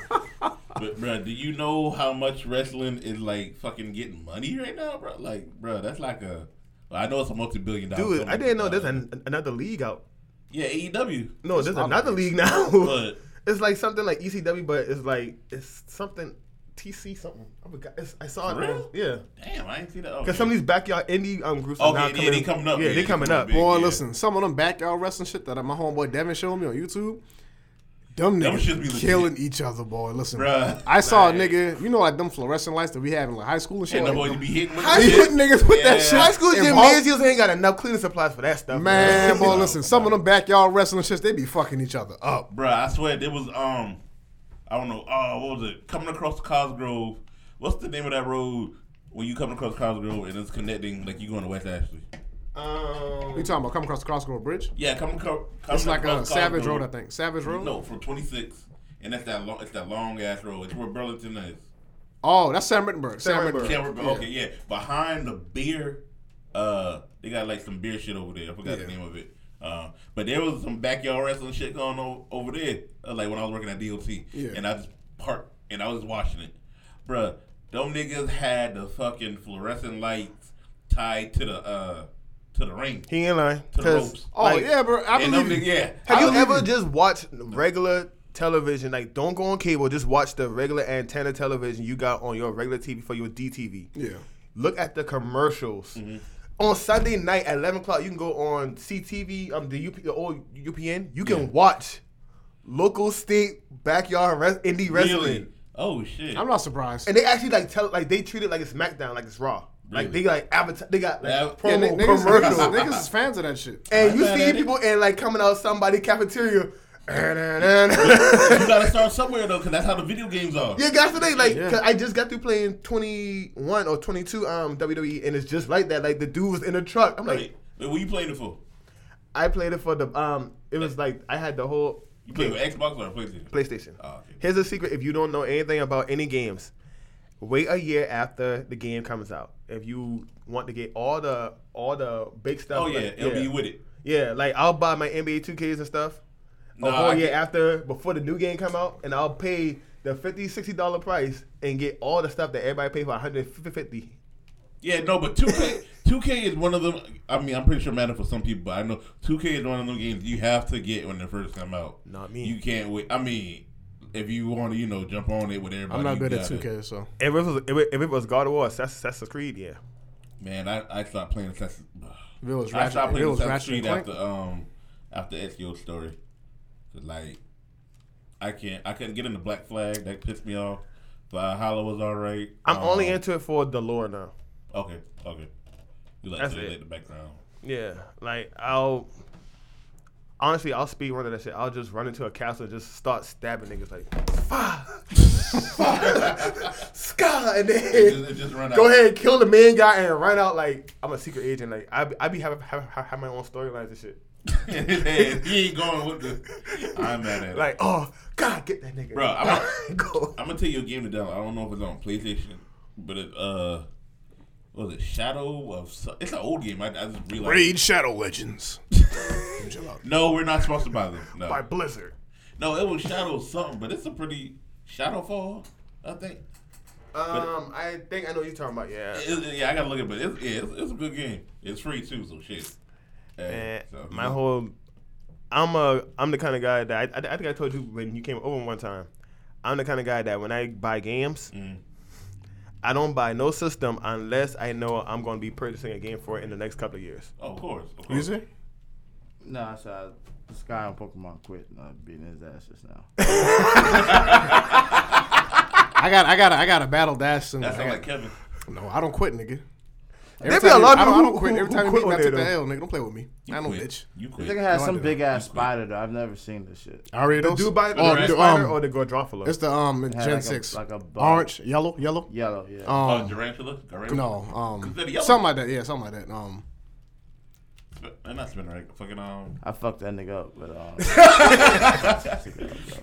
S2: But bruh, do you know how much wrestling is like fucking getting money right now, bro? Like, bruh, that's like a. Well, I know it's a multi-billion dollar.
S3: Dude, I
S2: company,
S3: didn't know
S2: but,
S3: there's an, another league out.
S2: Yeah, AEW.
S3: No, there's
S1: not
S3: another
S1: like-
S3: league now.
S2: But
S3: It's like something like ECW, but it's like it's something TC something. I forgot. It's, I saw
S2: For
S3: it.
S2: real?
S3: man. Yeah,
S2: damn, I ain't see that. Oh,
S3: because some of these backyard indie um groups.
S2: Okay,
S3: are now
S2: yeah,
S3: coming,
S2: they coming up.
S3: Yeah,
S2: Yeah,
S3: they
S2: they
S3: coming
S2: coming
S3: up.
S2: up big.
S1: Boy,
S2: yeah.
S1: listen, some of them backyard wrestling shit that my homeboy Devin showed me on YouTube. Dumb
S2: Them shits be
S1: niggas
S2: legit.
S1: killing each other, boy. Listen,
S2: Bruh,
S1: I saw a
S2: like-
S1: nigga, you know, like them fluorescent lights that we have in like high school and shit.
S2: and
S1: like,
S2: nobody be hitting with
S1: How
S2: that
S1: you
S2: shit.
S1: hitting niggas with that
S2: Yeah.
S1: shit?
S3: High school
S1: And
S3: gymnasiums ain't got enough cleaning supplies for that stuff.
S1: Man, boy,
S2: No.
S1: listen, some of them backyard wrestling shits, they be fucking each other up.
S2: Bruh, I swear there was um, I don't know. Uh, what was it? Coming across Cosgrove. What's the name of that road when you coming across Cosgrove and it's connecting like you going to West Ashley?
S1: You
S3: Um,
S1: talking about coming across the Crossroad Bridge?
S2: Yeah, coming across.
S1: It's like a Savage Road, I think. Savage Road?
S2: No, from 26, and that's that long. It's that long ass road. It's where Burlington is.
S1: Oh, that's Sam Rittenberg. Sam
S3: Sam
S1: Rittenberg.
S3: Rittenberg.
S2: Yeah, we're- Okay, yeah. Behind the beer, uh, they got like some beer shit over there. I forgot the
S1: Yeah.
S2: name of it. Uh, but there was some backyard wrestling shit going on over there. Uh, like when I was working at DOT,
S1: Yeah.
S2: and I just parked and I was watching it, bruh. Them niggas had the fucking fluorescent lights tied to the uh to the ring
S3: he ain't lying.
S2: to the
S3: 'cause,
S2: ropes.
S1: Oh,
S3: like,
S1: yeah, bro. I
S2: and them
S1: believe
S2: niggas,
S1: you.
S2: yeah.
S3: Have
S2: I
S3: you
S2: believe
S3: ever just watched regular television? Like, don't go on cable. Just watch the regular antenna television you got on your regular TV for your DTV.
S1: Yeah.
S3: Look at the commercials.
S2: Mm-hmm.
S3: On Sunday night at eleven o'clock, you can go on CTV, um, the, UP, the old UPN. You can watch local, state, backyard res- indie wrestling,
S2: Really? Oh shit!
S1: I'm not surprised.
S3: and they actually like tell like they treat it like it's SmackDown, like it's Raw. Like
S2: Really?
S3: they like advertise, they got like
S2: Yeah,
S1: yeah,
S3: promo
S1: ni- niggas, niggas,
S3: commercials.
S1: niggas is fans of that shit.
S3: and you
S2: I bet
S3: see
S2: that
S3: people in like coming out somebody cafeteria. you
S2: you gotta start somewhere though, cause that's how the video games are.
S3: Yeah, guys, today, like,
S1: Yeah.
S3: 'cause I just got through playing 21 or 22 um WWE, and it's just like that. Like, the dude was in a truck. I'm like,
S2: Wait, wait, what you playing it for?
S3: I played it for the, um, it was like, I had the whole
S2: You playing with Xbox or PlayStation?
S3: PlayStation.
S2: Oh, okay.
S3: Here's a secret if you don't know anything about any games, wait a year after the game comes out. If you want to get all the, all the big stuff.
S2: Oh yeah,
S3: like,
S2: it'll be with it.
S3: Yeah, like, I'll buy my NBA 2Ks and stuff. a
S2: Nah,
S3: whole
S2: I
S3: year
S2: get-
S3: after before the new game come out, and I'll pay the 50 60 dollar price and get all the stuff that everybody paid for 150.
S2: Yeah, no, but two K two K is one of them. I mean, I'm pretty sure it matter for some people, but I know two K is one of them games you have to get when they first come out.
S3: Not me.
S2: You can't wait. I mean, if you want to, you know, jump on it with everybody.
S1: I'm not
S2: you
S1: good at
S2: gotta-
S1: 2K, so.
S3: If it was if it, if it was God of War, Assassin's Assassin's Creed, yeah.
S2: Man, I I stopped playing Assassin's.
S1: If it was
S2: I
S1: Ratchet,
S2: stopped
S1: if it
S2: playing
S1: was
S2: Assassin's
S1: Ratchet
S2: Creed
S1: and Clank,
S2: after um after Ezio's story. 'Cause, Like, I can't. I couldn't get into Black Flag. That pissed me off. But Hollow was all right.
S3: I'm
S2: Um,
S3: only into it for the lore now.
S2: Okay, okay. You like
S3: That's
S2: to
S3: it.
S2: let the background.
S3: Yeah, like I'll honestly I'll speed run of that shit. I'll just run into a castle and just start stabbing niggas like fire, fire, sky, and
S2: It
S3: then
S2: just, it just run out.
S3: go ahead and kill the main guy and run out like I'm a secret agent. Like I I be have have, have my own storylines and shit.
S2: he ain't going with the. I'm mad at
S3: Like, oh God, get that nigga.
S2: Bro, I'm-
S3: Go.
S2: I'm gonna tell you a game to download. I don't know if it's on PlayStation, but it uh, what was it Shadow of? Su- It's an old game. I, I just realized.
S1: Raid Shadow Legends. Chill out.
S2: No, we're not sponsored by them.
S3: By
S2: No,
S3: Blizzard.
S2: no, it was Shadow of something, but it's a pretty Shadowfall. I think.
S3: Um, I think I know what you're talking about. Yeah.
S2: It- it- yeah, I gotta look at it, but it's, yeah, it's, it's a good game. It's free too, so shit. Hey,
S3: And
S2: so-
S3: Eh, my whole, I'm a, I'm the kind of guy that I, I, I think I told you when you came over one time. I'm the kind of guy that when I buy
S1: Mm.
S3: games,
S2: mm,
S3: I don't buy no system unless I know I'm going to be purchasing a game for it in the next couple of years.
S2: Oh, of course, of course.
S1: You see?
S4: Nah, so I, this guy on Pokemon quit uh, beating his ass just now.
S1: I got, I got, I got a battle dash soon.
S2: That sound
S1: I
S2: like
S1: got-
S2: Kevin.
S1: no, I don't quit, nigga. Every
S3: be
S1: time
S3: a lot of
S1: I don't, I
S3: people
S1: don't quit.
S3: who-
S1: Every
S3: who
S1: time you
S3: quit
S1: beat me, I
S3: on
S1: took
S3: there,
S1: the
S3: though.
S1: L, nigga. Don't play with me.
S2: You
S1: I know,
S2: quit.
S1: bitch.
S2: You
S4: This
S2: quit.
S4: nigga
S1: No,
S4: has
S1: I
S4: some
S1: didn't.
S4: big ass
S2: You quit.
S4: spider though. I've never seen this shit.
S1: Doritos.
S3: Do by the
S1: Oh,
S3: red
S1: the,
S3: spider
S1: um,
S3: or the Godrophila?
S1: It's the um
S4: had
S1: Gen
S4: like a-
S1: Six.
S4: like a bug.
S1: Orange, yellow, yellow.
S4: Yellow, yeah.
S2: Oh,
S1: Um,
S2: tarantula? Garantula?
S1: no, um,
S2: Consider yellow.
S1: something like that. Yeah, something like that. Um,
S2: Sp- uh, not spinner rack. Fucking um.
S4: I fucked that nigga up, but um,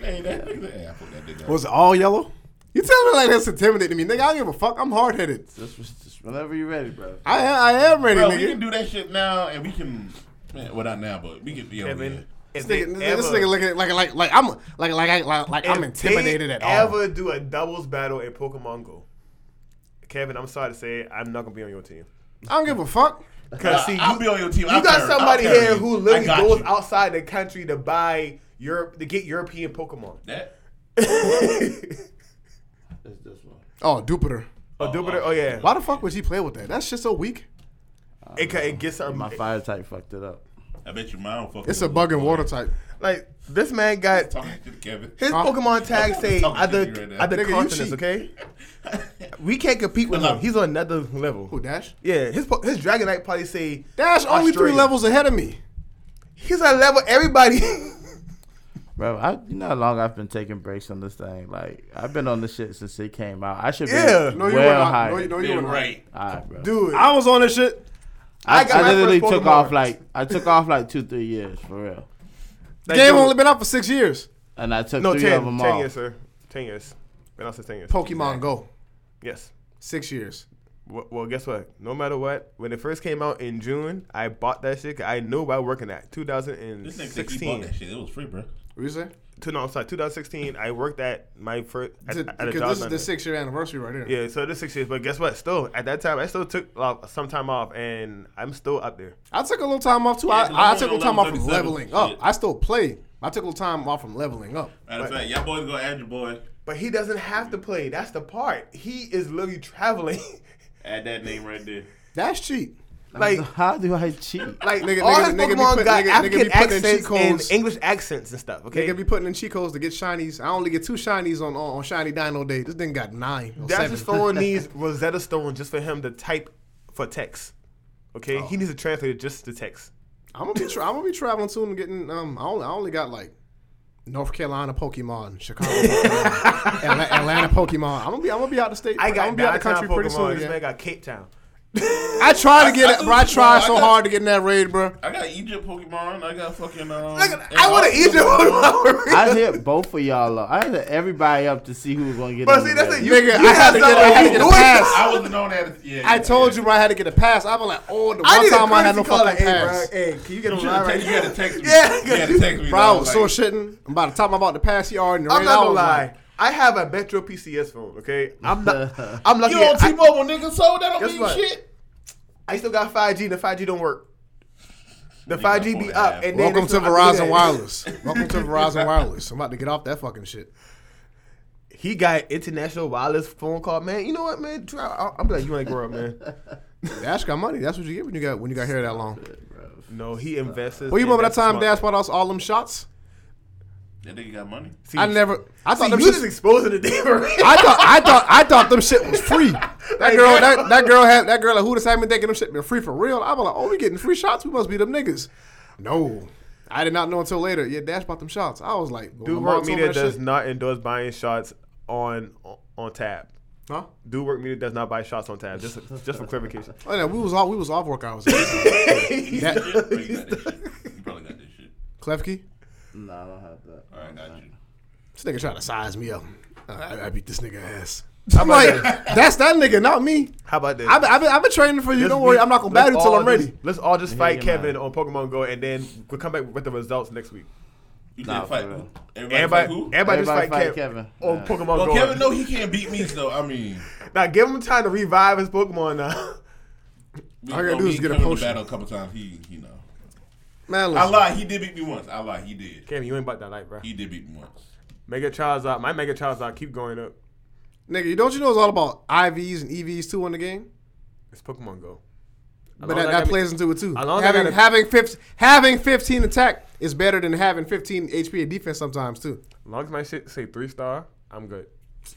S2: Hey, that nigga. Yeah, I put that nigga.
S1: was it all yellow? You tell me like that's intimidating me, nigga. I don't give a fuck. I'm hard headed.
S4: just, just whenever you're ready, bro.
S1: I am, I am ready,
S2: Bro, we
S1: nigga.
S2: can do that shit now, and we can. Man, well, not now, but we can. Yeah, we can.
S3: Kevin, if
S1: This nigga,
S3: they
S1: this
S3: ever-
S1: nigga looking at like like like I'm like like I- like, like I'm
S3: if they
S1: intimidated at all.
S3: Ever do a doubles battle in Pokemon Go? Kevin, I'm sorry to say, it, I'm not gonna be on your team.
S1: I don't give a fuck.
S3: Cause see, you,
S2: I'll be on your team.
S3: you
S2: I'll
S3: got
S2: carry- I'll
S3: somebody
S2: carry
S3: here
S2: you.
S3: who
S2: I
S3: literally
S2: got
S3: goes
S2: you.
S3: outside the country to buy Europe to get European Pokemon.
S2: That.
S4: It's this one.
S1: Oh, Jupiter.
S3: Oh, Jupiter, oh yeah,
S1: Why the fuck would he play with that? That shit so weak.
S3: it, ca- it gets something.
S4: My fire type fucked it up.
S2: I bet you mine. Fucking
S1: It's a bug and water type.
S3: Like this man got
S2: Talking to Kevin.
S3: his
S1: Huh?
S3: Pokemon tag
S2: I'm
S3: say
S2: talking to
S3: other
S2: you right now.
S3: other
S1: Nigga, you
S3: continents.
S1: cheat.
S3: Okay, we can't compete with him. He's on another level.
S1: Who Dash?
S3: Yeah, his po- his Dragonite probably say
S1: Dash only three
S3: Australia.
S1: levels ahead of me.
S3: He's on a level everybody.
S4: Bro, I, you know how long I've been taking breaks on this thing? Like, I've been on this shit since it came out. I should be
S3: Yeah.
S1: No, you
S4: well
S1: were not.
S4: higher.
S1: No, you, no, you
S2: You're
S1: were not.
S2: right.
S4: All right, bro.
S3: Dude,
S1: I was on this shit.
S4: I,
S3: I got my
S4: I literally
S3: first
S4: took
S3: Pokemon.
S4: off like I took off like two, three years for real,
S1: The
S3: Like,
S1: game
S3: dude,
S1: only been out for six years.
S4: and I took
S3: no
S4: three
S3: ten,
S4: of them
S3: 10
S4: off.
S3: years, sir. Ten years. When I say ten years.
S1: Pokemon Go.
S3: Yes.
S1: Six years.
S3: Well, well, guess what? No matter what, when it first came out in June, I bought that shit. 'cause I knew I was working at
S2: This nigga said he bought
S3: 2016.
S2: that shit. It was free, bro.
S1: What you say?
S3: Two- No, I'm sorry, 2016. I worked at my first at,
S1: Because
S3: at a job
S1: this is
S3: center.
S1: the six year anniversary right here.
S3: Yeah, so this six years. But guess what? Still, at that time, I still took like, some time off, and I'm still up there.
S1: I took a little time off too.
S2: Yeah,
S1: I, I
S2: Lamar
S1: took a little
S2: on
S1: time off from
S2: 37.
S1: leveling up.
S2: Shit.
S1: I still play. I took a little time off from leveling up.
S2: Matter of fact, y'all boys gonna add your boy.
S3: But he doesn't have to play. That's the part. He is literally traveling.
S2: Add that name right there.
S1: That's cheap.
S3: like,
S4: How do I cheat?
S3: like
S1: Nigga-
S3: all
S1: nigga-
S3: his
S1: nigga be
S3: Pokemon
S1: put-
S3: got
S1: nigga- nigga be
S3: African
S1: putting in cheat
S3: accents
S1: codes.
S3: and English accents and stuff.
S1: They
S3: Okay,
S1: could be putting in cheat codes to get shinies. I only get two shinies on on, on shiny dino day. This thing got nine. Or
S3: That's
S1: seven.
S3: his phone needs Rosetta Stone just for him to type for text. Okay,
S1: Oh.
S3: he needs a translator just to text.
S1: I'm gonna be tra- I'm gonna be traveling soon and getting um. I only, I only got like North Carolina Pokemon, Chicago, Pokemon, Atla- Atlanta Pokemon. I'm gonna be I'm gonna be out the state.
S3: I got
S1: I'm gonna be out the
S3: downtown
S1: country
S3: Pokemon.
S1: pretty soon.
S3: This
S1: again.
S3: man got Cape Town.
S1: I tried to get
S2: I-
S1: it,
S2: I
S1: bro. I
S2: do too,
S1: tried
S2: bro. I
S1: so
S2: got-
S1: hard to get in that raid, bro.
S2: I got Egypt Pokemon. I got fucking. Um,
S3: Nigga, I want to eat your Pokemon.
S4: I hit both of y'all up. I hit everybody up to see who was gonna get.
S3: But
S4: on
S3: see,
S4: the
S3: that's
S4: list.
S3: it. You,
S1: Nigga,
S3: you "Oh,
S1: I had
S3: have
S1: to get, I had to get a pass.
S2: I wasn't on that. Yeah,
S1: I
S2: yeah,
S1: told
S2: yeah.
S1: you, bro, I had to get a pass. I was like, oh, the
S3: I
S1: one
S3: need
S1: time I had no
S3: call
S1: fucking
S3: like, hey, bro,
S1: pass.
S3: hey, can you get
S2: You
S3: on
S2: should have
S3: line
S2: texted. You
S3: right now?
S2: had to text me.
S3: Yeah,
S2: you had to text me.
S1: Bro, I
S2: dog,
S1: was
S2: like,
S1: so shitting. By the time I'm out the pass, he already
S3: I'm
S1: ran
S3: not
S1: out. I
S3: gonna
S1: was
S3: lie.
S1: like,
S3: I have a Metro PCS phone. Okay, I'm not. I'm lucky.
S2: You on
S3: I,
S2: T-Mobile, nigga? So that
S3: Guess
S2: don't mean
S3: what?
S2: shit.
S3: I still got 5G. and The 5G don't work. The
S2: Nigga,
S3: 5G
S2: phone
S3: be
S2: app.
S3: up. And then
S1: Welcome
S3: it's
S1: to
S3: not- I do
S1: Verizon
S3: that.
S1: Wireless. Welcome to Verizon Wireless. I'm about to get off that fucking shit.
S3: He got international wireless phone call, man. You know what, man? Try, I- I'm like, you ain't grow up, man.
S1: Dash got money. That's what you get when you got when you got hair that long.
S3: No, he invests.
S1: Well, you remember that time Dash bought us all them shots?
S2: That nigga got money.
S1: I never. I
S3: See,
S1: thought
S3: you
S1: them
S3: just
S1: shit,
S3: exposing the difference.
S1: I thought I thought I thought them shit was free. That girl, that, that girl had that girl. Like, Who just had me thinking them shit been free for real? I was like, oh, we getting free shots. We must be them niggas. No, I did not know until later. Yeah, Dash bought them shots. I was like, well, my
S3: Do
S1: mom
S3: Work
S1: told me
S3: Media
S1: that
S3: does
S1: shit.
S3: not endorse buying shots on on tab.
S1: Huh?
S3: Do Work Media does not buy shots on tab. Just just for clarification.
S1: Oh, no, we was all we was off work hours.
S2: You
S1: that,
S2: probably got this shit. You probably got this shit.
S1: Klefki,
S4: No, I don't have that.
S2: All right, got you.
S1: this nigga tried to size me up. I, I beat this nigga ass. I'm like, that's that nigga, not me.
S3: How about this?
S1: I've been, I've been, I've been training for you.
S3: Let's
S1: Don't worry,
S3: be-
S1: I'm not gonna
S3: let's
S1: battle till
S3: all
S1: I'm ready.
S3: just- let's all just fight
S4: your
S3: Kevin on Pokemon Go, and then we'll come back with the results next week.
S2: You
S4: Nah,
S2: said fight.
S4: for real.
S2: Everybody,
S3: Everybody,
S2: fight who?
S3: everybody, just fight, Oh, Kev- on
S4: Yeah.
S3: Pokemon
S2: Well,
S3: Go.
S2: Kevin, no, he can't beat me. So I mean,
S3: Now give him time to revive his Pokemon. Now.
S2: we-
S1: All I gotta
S2: no,
S1: do
S2: we
S1: is get a
S2: come to
S1: potion.
S2: Battle a couple times. He, you know,
S1: Man,
S2: I
S1: listen,
S2: lied. He did beat me once. I lied. He did.
S3: Kevin, you ain't about that life, bro.
S2: He did beat me once.
S3: Mega Charizard, my Mega Charizard keep going up.
S1: nigga, don't you know it's all about IVs and EVs too in the game?
S3: It's Pokemon Go.
S1: But that, that plays into it too.
S3: As long as I
S1: Having
S3: got a-
S1: having fif- having 15 attack is better than having 15 HP and defense sometimes too.
S3: As long as my shit say three star, I'm good.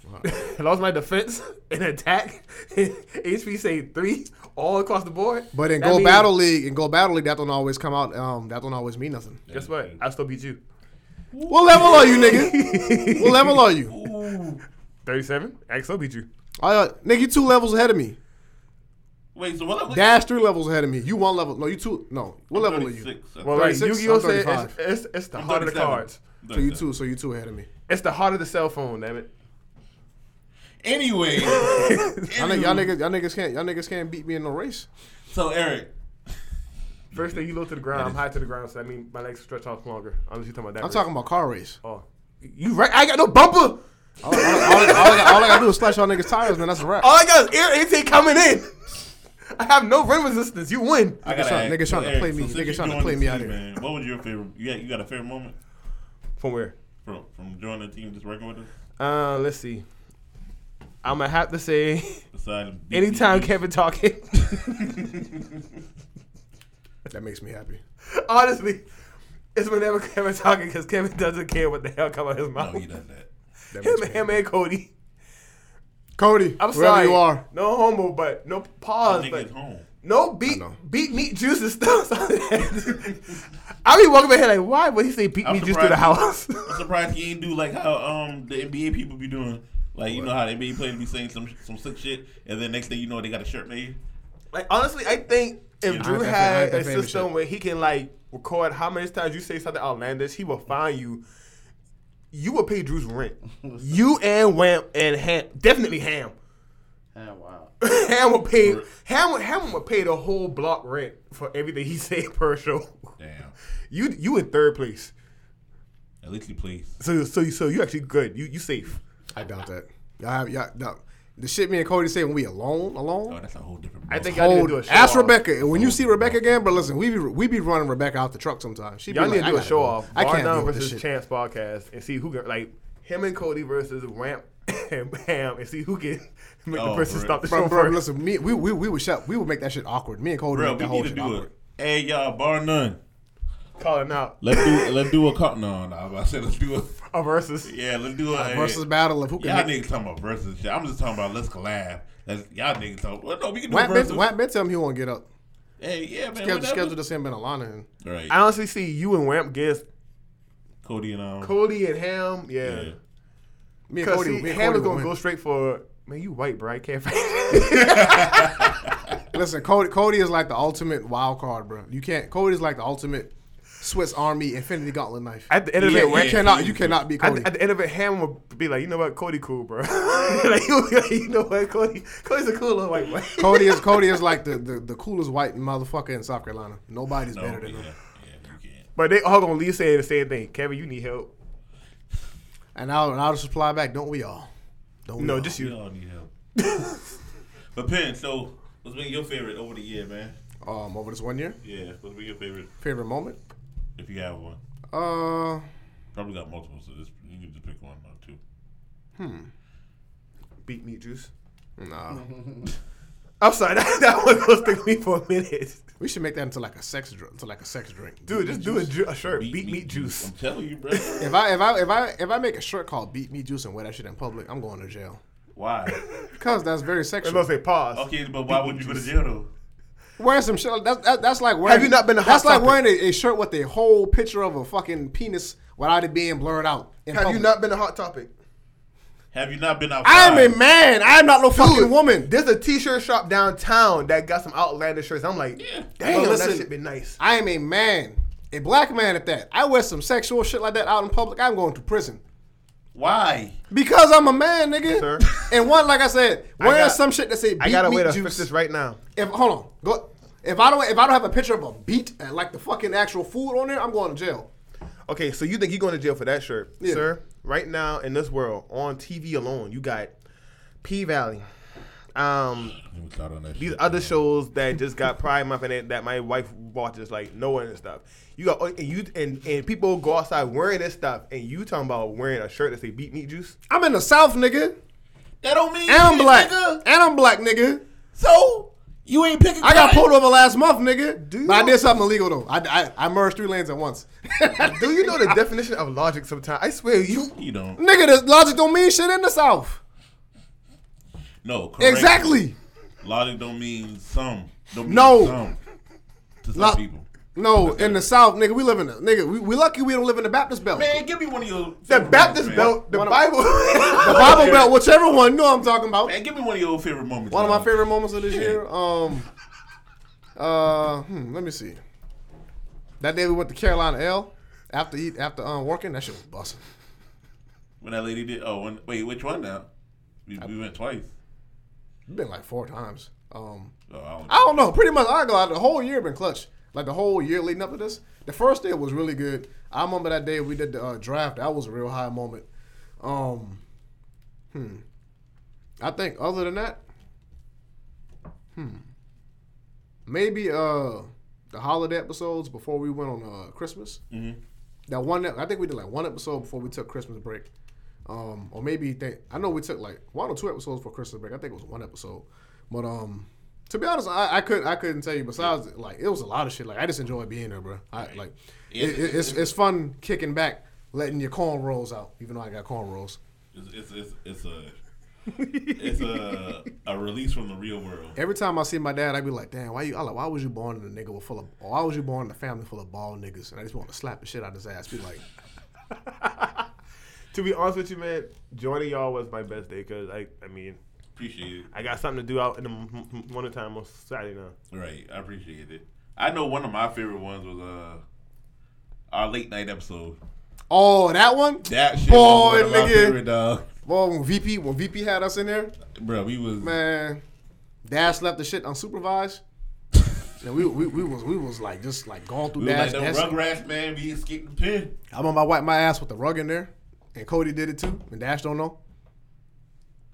S3: lost my defense and attack. HP say three all across the board.
S1: But in
S3: That
S1: Go
S3: means-
S1: Battle League, in Go Battle League, that don't always come out. Um, that don't always mean nothing.
S3: Guess what? I still beat you.
S1: What level are you, nigga? what level are you?
S2: Ooh.
S3: Thirty-seven. I still beat you.
S1: Uh, nigga, you two levels ahead of me.
S2: Wait, so what? what
S1: Dash three levels ahead of me. You one level. No, you two. No, what level are you?
S2: 36, I
S3: Well, like
S1: 36,
S3: Yu-Gi-Oh
S1: I'm
S3: said, it's,
S1: 35.
S3: it's, it's the
S2: think.
S3: heart of the
S2: 37.
S3: cards.
S1: So you two. So you two ahead of me.
S3: It's the heart of the cell phone. Damn it.
S2: Anyway,
S1: Y'all, niggas, y'all niggas, y'all niggas can't, y'all niggas can't beat me in no race.
S2: so Eric,
S3: First
S2: Mm-hmm.
S3: thing you look to the ground, I'm high to the ground, so that means my legs stretch off longer. Unless you're talking about that.
S1: I'm
S3: race.
S1: talking about car race.
S3: Oh, you right? I ain't got no bumper.
S1: All, all- all- all I, got- all I gotta do is slash y'all niggas tires, man. That's a wrap.
S3: All I got is air intake coming in. I have no rim resistance. You win.
S2: I
S1: Niggas
S2: gotta
S1: tryna-
S2: ask,
S1: niggas
S2: so
S1: tryna
S2: Eric,
S1: play
S2: so
S1: me-
S2: since
S1: niggas
S2: you
S1: tryna
S2: joined
S1: play
S2: the
S1: me out
S2: team,
S1: here.
S2: Man, what was your favorite? You got, you got a favorite moment
S3: From where?
S2: from from joining the team, just working with us.
S3: Uh, let's see. I'm gonna have to say,
S2: Besides,
S3: anytime
S2: BBB?
S3: Kevin talking,
S1: That makes me happy.
S3: honestly, it's whenever Kevin talking because Kevin doesn't care what the hell come out his mouth.
S2: No, he does that.
S1: That makes
S3: him,
S1: me
S3: him
S1: happy.
S3: and Cody.
S1: Cody,
S3: I'm
S1: wherever
S3: sorry.
S1: you are,
S3: No homo, but no pause.
S2: Nigga
S3: But
S2: is home.
S3: No beat,
S1: know.
S3: beat meat juice and stuff. I be walking back here like, why would he say beat
S2: I'm
S3: meat juice through the house?
S2: surprised- I'm surprised he ain't do like how um the NBA people be doing. Like you know how the NBA players be saying some some sick shit, and then next thing you know they got a shirt made.
S3: like honestly, I think if
S2: Yeah,
S1: I
S3: Drew
S1: definitely- I
S3: had a
S1: definitely
S3: system
S1: should.
S3: where he can like record how many times you say something outlandish, he will find you. You will pay Drew's rent. you and Wham and Ham, definitely Ham.
S4: And wow.
S3: Ham will pay.
S2: For-
S3: Ham would- Ham will pay the whole block rent for everything he said per show.
S2: Damn.
S3: You you in third place.
S2: At least he plays.
S3: So so you so you actually good. You you safe.
S1: I doubt that. Y'all have y'all. No. The shit me and Cody say when we alone,
S2: Oh,
S1: alone.
S2: that's a whole different.
S3: I think
S2: ball.
S3: y'all need to
S1: Hold,
S3: do a show
S1: ask
S3: off.
S1: Rebecca, and when you see Rebecca again, but listen, we be we be running Rebecca out the truck sometimes. She be
S3: Y'all
S1: like,
S3: need to
S1: I
S3: do a
S1: gotta
S3: show
S1: go.
S3: off.
S1: I can't
S3: Barnum
S1: deal with this shit.
S3: versus Chance podcast and see who can like him and Cody versus Ramp and Bam and see who can make the
S2: Oh,
S3: person
S2: bro.
S3: stop the show
S1: Bro, bro,
S3: first.
S1: listen, me, we, we we would shut, we would make that shit awkward. Me and Cody
S2: bro,
S1: make that
S2: we
S1: whole
S2: need to
S1: shit
S2: do it.
S1: awkward.
S2: Hey y'all, bar none.
S3: Calling out
S2: Let's do let's do a cup. No, no, I was about to say let's do a
S3: a versus.
S2: yeah, let's do a
S1: Versus battle of who
S2: Y'all
S1: can.
S2: niggas talking about versus shit. I'm just talking about let's collab. Let's, y'all niggas talking. Well, no, we can do
S1: Whack
S2: versus.
S1: been, Whack been tell him he won't get up.
S2: Hey, yeah, man.
S1: Schedule,
S2: whatever.
S1: schedule this him and Alana. And,
S2: Right,
S3: I honestly see you and Ramp against
S2: Cody and um.
S3: Cody and Ham. Yeah.
S2: Yeah.
S1: me and
S3: Because
S1: Cody,
S3: see,
S1: me and Cody
S3: Ham is
S1: would
S3: going to go
S1: win.
S3: straight for, man, you white, bro. I can't fight.
S1: Listen, Cody, Cody is like the ultimate wild card, bro. You can't. Cody is like the ultimate Swiss Army Infinity Gauntlet knife.
S3: At the end of
S2: Yeah,
S3: it,
S1: you
S2: yeah.
S3: Ram-
S1: cannot. You cannot beat
S3: At
S1: Cody.
S3: the, at the end of it, Ham will be like, you know what, Cody cool, bro. like, he'll be like, you know what, Cody, Cody's a cool little white boy.
S1: Cody is Cody is like the, the, the coolest white motherfucker in South Carolina. Nobody's
S2: No,
S1: better than
S2: Oh, yeah,
S1: him.
S2: yeah, you can't.
S3: But they all gonna leave saying the same thing. Kevin, you need help.
S1: And I'll and I'll just reply back. Don't we all? Don't we
S3: No,
S1: all?
S3: just
S2: We
S3: you.
S2: all need help. but Penn, so what's been your favorite over the year, man?
S1: um over this one year
S2: Yeah, what's been your favorite
S1: favorite moment.
S2: if you have one?
S1: Uh,
S2: Probably got multiple, so just you can just pick one or two.
S3: Beat meat juice.
S1: nah.
S3: I'm sorry, that, that one was to me for a minute.
S1: We should make that into like a sex drink. Into like a sex drink,
S3: Dude, just do a, ju- a shirt. Beat, meat, juice.
S2: I'm telling you, bro.
S1: If I if I if I if I make a shirt called "Beat Me Juice" and wear that shit in public, I'm going to jail
S2: why?
S1: because that's very
S3: I'm
S1: sexual.
S3: gonna say pause.
S2: Okay, but why would you go to jail though?
S1: Wearing some shit that, that, that's like wearing.
S3: Have you not been to Hot
S1: That's like
S3: Topic?
S1: wearing a, a shirt with a whole picture of a fucking penis without it being blurred out. in
S3: Have you
S1: public.
S3: not been a hot topic?
S2: Have you not been outside?
S1: I'm a man. I'm not no fucking woman.
S3: There's a t-shirt shop downtown that got some outlandish shirts. I'm like,
S2: Yeah.
S3: damn,
S1: Well,
S3: that
S1: listen.
S3: shit been nice.
S1: I am a man, a black man at that. I wear some sexual shit like that out in public. I'm going to prison.
S2: Why?
S1: Because I'm a man, nigga.
S3: Sir.
S1: And one, like I said,
S3: I
S1: wearing
S3: got-
S1: some shit that say beat
S3: I gotta
S1: meat
S3: wait to
S1: juice.
S3: fix this right now.
S1: If hold on, go. If I don't, if I don't have a picture of a beat and like the fucking actual food on there, I'm going to jail.
S3: Okay, so you think you're going to jail for that shirt,
S1: Yeah.
S3: sir? Right now in this world, on TV alone, you got P Valley. Um,
S2: Let me start on that
S3: these
S2: shit.
S3: other shows that just got Pride Month and that, that my wife watches, like No One and stuff. You got and you and, and people go outside wearing this stuff, and you talking about wearing a shirt that say "Beat Meat Juice."
S1: I'm in the South, nigga,
S2: That don't mean
S1: and I'm
S2: shit,
S1: black,
S2: nigga.
S1: and I'm black, nigga.
S2: So You ain't picking.
S1: I got
S2: cotton.
S1: pulled over last month, nigga.
S3: Do you
S1: but I
S3: know-
S1: did something illegal though. I, I, I merged three lanes at once. nigga,
S3: Do you know the definition of logic? Sometimes I swear you.
S2: You don't.
S1: this logic don't mean shit in the South.
S2: No. correct.
S1: Exactly.
S2: Logic don't mean some. Don't mean
S1: No.
S2: Some to some
S1: Lo-
S2: people.
S1: No, in the South, nigga, we live in the nigga. We, we lucky we don't live in the Baptist belt.
S2: Man, give me one of your
S3: The Baptist belt, the
S1: One of-
S3: Bible.
S1: The Bible belt, whichever one, you know what I'm talking about.
S2: Man, give me one of your favorite moments.
S1: One of my
S2: dog.
S1: favorite moments of this year. Um, uh, hmm, let me see. That day we went to Carolina L after eat after um working. That shit was busting.
S2: When that lady did. Oh, when, wait, which one now? We, we went twice.
S1: Been like four times. Um,
S2: Oh, I don't
S1: I don't know. Pretty much, I go out the whole year been clutch. Like the whole year leading up to this, the first day was really good. I remember that day we did the uh, draft. That was a real high moment. Um, hmm. I think other than that, hmm, maybe uh the holiday episodes before we went on uh, Christmas.
S2: Mhm.
S1: That one, I think we did like one episode before we took Christmas break. Um, or maybe think I know we took like one or two episodes for Christmas break. I think it was one episode, but um, to be honest, I, I could I couldn't tell you. Besides, like it was a lot of shit. Like I just enjoy being there, bro. I like it, it, it's it's fun kicking back, letting your corn rolls out. Even though I got corn rolls,
S2: It's it's it's, it's a it's a a release from the real world.
S1: every time I see my dad, I be like, damn, why you? I like, why was you born in a nigga with full of? Or why was you born in a family full of bald niggas? And I just want to slap the shit out of his ass. Be like,
S3: to be honest with you, man, joining y'all was my best day because I, I mean,
S2: Appreciate it.
S3: I got something to do out in the m- m- m- winter time on Saturday now.
S2: Right, I appreciate it. I know one of my favorite ones was uh our late night episode.
S1: oh, that one,
S2: That shit
S1: Boy,
S2: was one of my
S1: nigga.
S2: favorite dog.
S1: boy, when VP when VP had us in there,
S2: Bro, we was
S1: man, Dash left the shit unsupervised. And we, we, we was we was like just like going through
S2: we was
S1: Dash.
S2: like them
S1: Dash-
S2: Rugrats man. We escaped the pen.
S1: I remember I wiped my ass with the rug in there, and Cody did it too, and Dash don't know.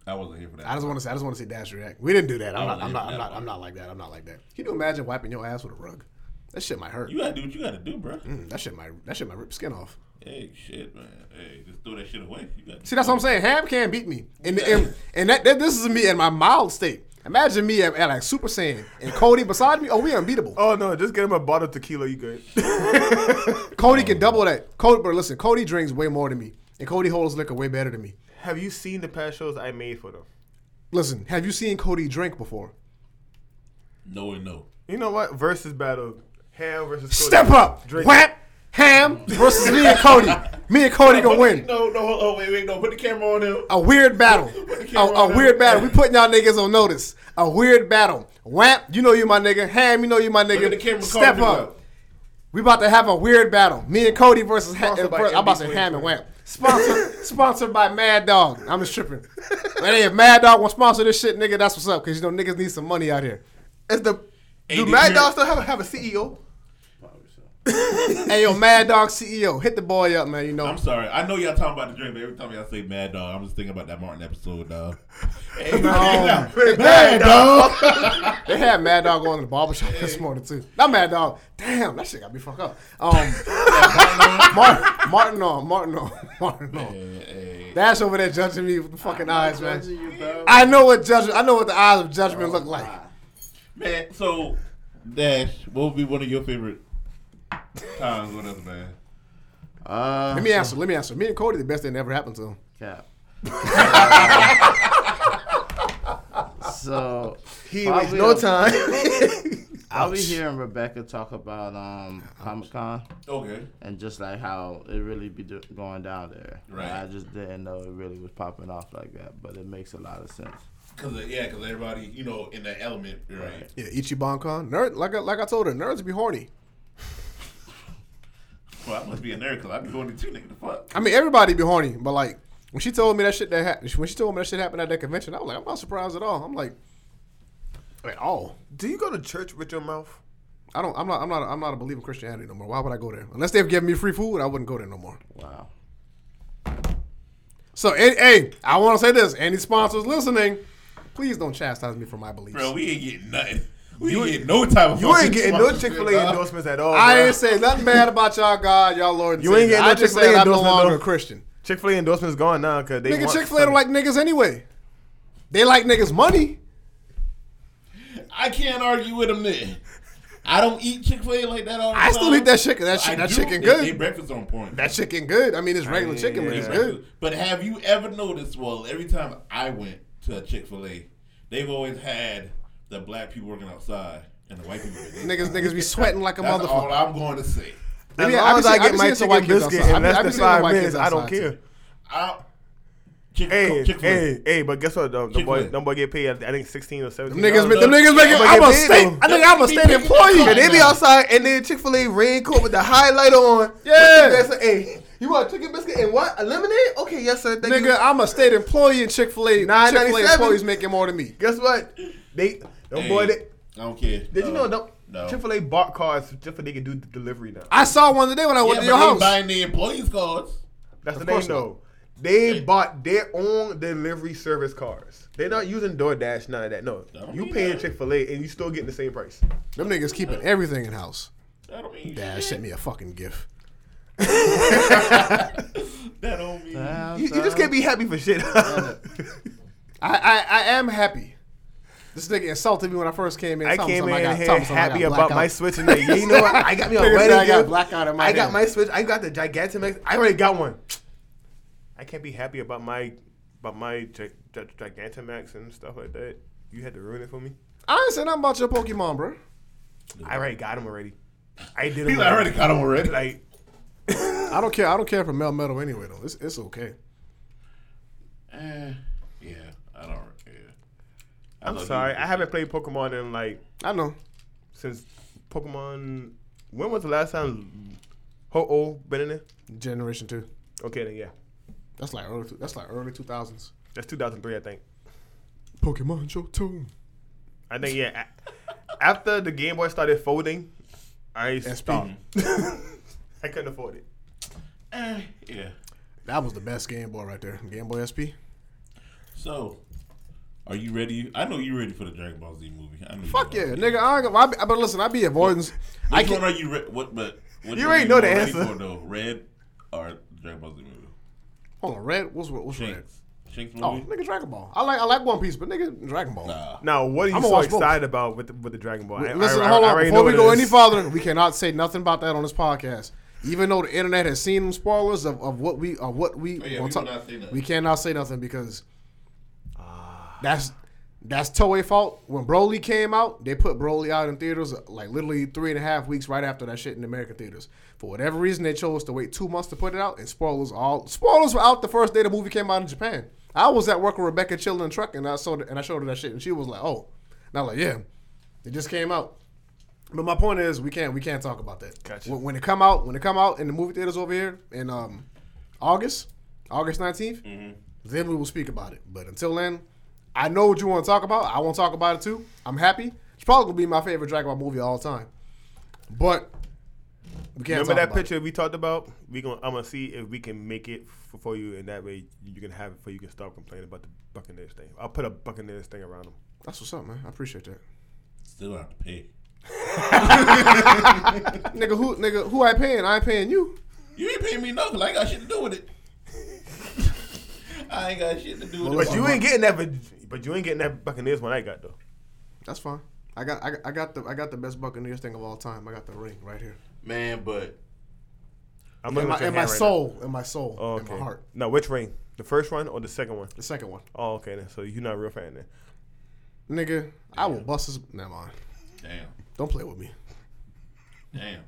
S2: I wasn't here for that.
S1: I just want to say, I just want to see Dash react. We didn't do that. I'm
S2: I
S1: not, I'm
S2: wasn't
S1: not, I'm
S2: here for
S1: not,
S2: that
S1: I'm not like that. I'm not like that. Can you imagine wiping your ass with a rug? That shit might hurt.
S2: you gotta do what you gotta do, bro.
S1: Mm, that shit might, that shit might rip skin off.
S2: Hey, shit, man. Hey, just throw that shit away. You gotta
S1: See, that's what I'm saying. Ham can't beat me, and and, and that, that this is me in my mild state. Imagine me at, at like Super Saiyan and Cody beside me. Oh, we unbeatable.
S3: Oh no, just get him a bottle of tequila. You good?
S1: Cody can double that. Cody, but listen, Cody drinks way more than me, and Cody holds liquor way better than me.
S3: Have you seen the past shows I made for them?
S1: Listen, have you seen Cody drink before?
S2: No and no.
S3: You know what? Versus battle, Ham versus Cody.
S1: Step up,
S3: Drake.
S1: Whap, Ham versus me and Cody. Me and Cody gonna win.
S2: No, no, oh wait, wait, no. Put the camera on him.
S1: A weird battle.
S2: the
S1: A,
S2: camera
S1: a
S2: on
S1: weird
S2: him.
S1: battle. We putting y'all niggas on notice. A weird battle. Whap, you know you my nigga. Ham, you know you my
S2: Look at
S1: nigga.
S2: the camera.
S1: Step
S2: Carl, do
S1: up. We about to have a weird battle. Me and Cody versus Ham.
S3: Sponsored by
S1: I'm about to say
S3: MB
S1: Ham and Wham. Sponsored, sponsored by Mad Dog. I'm just tripping. But hey, if Mad Dog will sponsor this shit, nigga, that's what's up. Cause you know niggas need some money out here.
S3: Is the
S2: Hey,
S3: do
S2: did
S3: Mad
S2: you-
S3: Dog still have, have a E CEO?
S1: Hey yo, Mad Dog CEO, hit the boy up, man. You know.
S2: I'm sorry. I know y'all talking about the drink, but every time y'all say Mad Dog, I'm just thinking about that Martin episode, dog. Hey,
S1: Um,
S2: Mad Dog.
S1: they had Mad Dog going to the barbershop this morning too. Not Mad Dog. Damn, that shit got me fucked up. Um, Martin, Martin on, Martin on, Martin on.
S2: Hey,
S1: Dash over there judging me with the fucking eyes, man. I know what judgment. I know what the eyes of judgment look like.
S2: Man, so Dash, what would be one of your favorite times with us, man?
S4: Uh,
S1: Let me answer. Let me answer. Me and Cody, the best thing that ever happened to him.
S4: cap. so
S3: He
S4: Probably
S3: wastes no
S4: a-
S3: time.
S4: I'll be hearing Rebecca talk about um, Comic Con
S2: Okay.
S4: and just like how it really be do- going down there.
S2: Right.
S4: I just didn't know it really was popping off like that, but it makes a lot of sense.
S2: Cause uh, yeah, cause everybody, you know, in that element, you're right?
S1: Yeah, Ichiban Con. Nerd, like I, like I told her, nerds be horny.
S2: Well, I must be a nerd, cause I be going to two nigga the fuck.
S1: I mean, everybody be horny, but like when she told me that shit that happened, when she told me that shit happened at that convention, I was like, I'm not surprised at all. I'm like, at all.
S3: do you go to church with your mouth?
S1: I don't. I'm not. I'm not. I'm not a believer in Christianity no more. Why would I go there? Unless they've given me free food, I wouldn't go there no more.
S4: Wow.
S1: So, and, hey, I want to say this: any sponsors listening, please don't chastise me for my beliefs.
S2: Bro, we ain't getting nothing. We ain't getting no type of.
S3: You ain't getting no
S2: sponsorship,
S3: Chick Fil A
S2: dog.
S3: endorsements at all.
S1: I
S3: bro.
S1: ain't say nothing bad about y'all God, y'all Lord. And
S3: You
S1: Savior.
S3: ain't getting no
S1: I just
S3: Chick-fil-A
S1: said I'm no
S3: endorsement,
S1: longer
S3: though.
S1: a Christian.
S3: Chick Fil A endorsement's gone now because they
S1: Nigga,
S3: want
S1: Chick Fil A don't like niggas anyway. They like niggas money.
S2: I can't argue with him then. I don't eat Chick Fil A like that all the
S1: I
S2: time.
S1: still eat that chicken. That,
S2: I
S1: shit, that
S2: do.
S1: chicken
S2: They- They
S1: good.
S2: breakfast on point.
S1: That chicken good. I mean, it's regular chicken, but
S3: yeah.
S1: it's good.
S2: But have you ever noticed? Well, every time I went to a Chick Fil A, they've always had the black people working outside and the white people. working
S1: Niggas,
S2: inside.
S1: niggas be sweating like a
S2: That's
S1: motherfucker.
S2: all I'm going to say.
S3: As
S1: Yeah,
S3: long
S1: I
S3: as
S1: be
S3: I
S1: seeing- I
S3: get
S1: be
S3: my
S1: seeing some white
S3: chicken
S1: kids
S3: biscuit
S1: outside. I
S3: in
S1: be-
S3: less
S1: I be
S3: than
S1: seeing some
S3: five
S1: white kids
S3: minutes, I don't
S1: outside, too.
S3: care.
S2: I Chick
S3: Hey,
S2: Chick Fil A.
S3: hey, hey, but guess what? though? The, boy,
S2: Chick-fil-A.
S3: them boy get paid. I think sixteen or seventeen.
S1: Them niggas,
S3: dollars.
S1: them niggas making.
S3: But
S1: I'm
S3: get
S1: a
S3: paid,
S1: state.
S3: though.
S1: I think I'm a
S2: Be
S1: state
S2: paid.
S1: employee.
S2: Yeah,
S3: They be
S2: Nah.
S3: outside and then Chick Fil A raincoat with the highlighter on.
S1: Yeah.
S3: That's a, hey, you want chicken biscuit and what? A lemonade? Okay, yes sir. Thank you.
S1: Nigga, I'm a state employee in Chick Fil A. Chick Fil A
S3: 997.
S1: employees making more than me.
S3: Guess what? They, them
S2: Hey,
S3: boy, they,
S2: I don't care.
S3: did you know them,
S2: No.
S3: Chick Fil A bought cars just so they could do the delivery now.
S1: I saw one today when I
S2: Yeah,
S1: went
S2: but
S1: to your
S2: they
S1: house.
S2: buying the employees cards.
S3: That's the
S1: Of
S3: thing
S1: course not.
S3: though. They bought their own delivery service cars. They're not using DoorDash, none of that. No,
S2: I don't
S3: you
S2: mean
S3: paying
S2: that.
S3: Chick Fil A and you still getting the same price.
S1: Them niggas keeping everything in house.
S2: That don't mean
S1: Dad
S2: shit.
S1: sent me a fucking gift.
S2: That don't mean.
S4: Ah.
S3: You, you just can't be happy for shit.
S1: I, I, I am happy. This nigga insulted me when I first came in.
S3: I
S1: Tell him
S3: came
S1: something
S3: in
S1: got-
S3: here
S1: tell him something I
S3: happy
S1: got
S3: about
S1: blackout.
S3: my Switch, and then, you know what? I got me a
S1: Nigga said
S3: wedding
S1: I got
S3: gift.
S1: blackout in my
S3: I got
S1: hand.
S3: my Switch. I got the Gigantamax. I already got one. I can't be happy about my about my gi- gi- Gigantamax and stuff like that. You had to ruin it for me.
S1: I ain't saying nothing about your Pokemon, bro.
S3: I already got him already. I did
S2: He
S3: him.
S2: like, I already got him already.
S3: Like
S1: I don't care. I don't care for Mel Metal anyway, though. It's, it's okay.
S2: Eh, yeah, I don't. Yeah. I
S3: I'm
S2: love
S3: sorry,
S2: you.
S3: I haven't played Pokemon in like
S1: I know.
S3: since Pokemon. When was the last time Ho-Oh been in there?
S1: Generation two.
S3: Okay, then yeah,
S1: That's like early. That's like early two thousands.
S3: that's 2003, I think.
S1: Pokemon Show two.
S3: I think yeah. a- after the Game Boy started folding, I
S1: SP.
S3: stopped. I couldn't afford it.
S2: Eh, yeah.
S1: That was the best Game Boy right there. Game Boy SP.
S2: So, are you ready? I know you're ready for the Dragon Ball Z movie. I know you
S1: Fuck
S2: are.
S1: yeah, nigga. I ain't, gonna- I be, but listen, I be avoiding. I
S2: Which
S1: can,
S2: one are you? Re- what? But which one
S3: You already
S2: are
S3: know the
S2: ready
S3: answer.
S2: For, though? Red or Dragon Ball Z movie?
S1: hold on, red. What's what's red?
S2: Shinx. Shinx
S1: Oh,
S2: movie.
S1: nigga, Dragon Ball. I like I like One Piece, but nigga, Dragon Ball.
S2: Nah.
S3: Now, what are you
S1: I'ma
S3: so
S1: watch both.
S3: excited about with the, with the Dragon Ball? I-
S1: Listen,
S3: I- I-
S1: hold
S3: I
S1: on.
S3: already
S1: Before
S3: know
S1: we
S3: what
S1: go
S3: it
S1: any
S3: is.
S1: farther, we cannot say nothing about that on this podcast. Even though the internet has seen them spoilers of, of what we of what we,
S2: Oh, yeah,
S1: will
S2: we
S1: talk-
S2: will not say nothing.
S1: we cannot say nothing because that's that's Toei fault. When Broly came out, they put Broly out in theaters uh, like literally three and a half weeks right after that shit in American theaters. For whatever reason, they chose to wait two months to put it out, and spoilers all spoilers were out the first day the movie came out in Japan. I was at work with Rebecca chilling in the truck, and I saw the, and I showed her that shit, and she was like, "Oh," and I was like, "Yeah, it just came out." But my point is, we can't we can't talk about that.
S3: Gotcha.
S1: When, when it come out, when it come out in the movie theaters over here in um, August, August 19th
S3: Mm-hmm.
S1: then we will speak about it. But until then, I know what you want to talk about. I won't talk about it too. I'm happy. It's probably gonna be my favorite Dragon Ball movie of all time. But we can't
S3: Remember
S1: talk
S3: that
S1: about it.
S3: picture we talked about? We gonna I'm gonna see if we can make it f- for you, and that way you can have it for you can stop complaining about the Buccaneers thing. I'll put a Buccaneers thing around them.
S1: That's what's up, man. I appreciate that.
S2: Still have to pay.
S1: nigga, who nigga who I paying? I ain't paying you.
S2: You ain't paying me no, 'cause I ain't got shit to do with it. I ain't got shit to do with
S1: Well,
S2: it. Oh,
S3: But you ain't getting that. But, but you ain't getting that Buccaneers one I got though.
S1: That's fine. I got I, got- I got the I got the best Buccaneers thing of all time. I got the ring right here.
S2: man. But
S3: I'm
S1: In
S3: looking
S1: my,
S3: at your
S1: in my
S3: hand right
S1: soul, in my soul,
S3: now. Oh,
S1: in my
S3: okay.
S1: heart.
S3: Now which ring? The first one or the second one?
S1: The second one,
S3: Oh, okay. Then. So you're not a real fan then.
S1: nigga, I will bust this. Never mind.
S2: damn,
S1: Don't play with me.
S2: damn,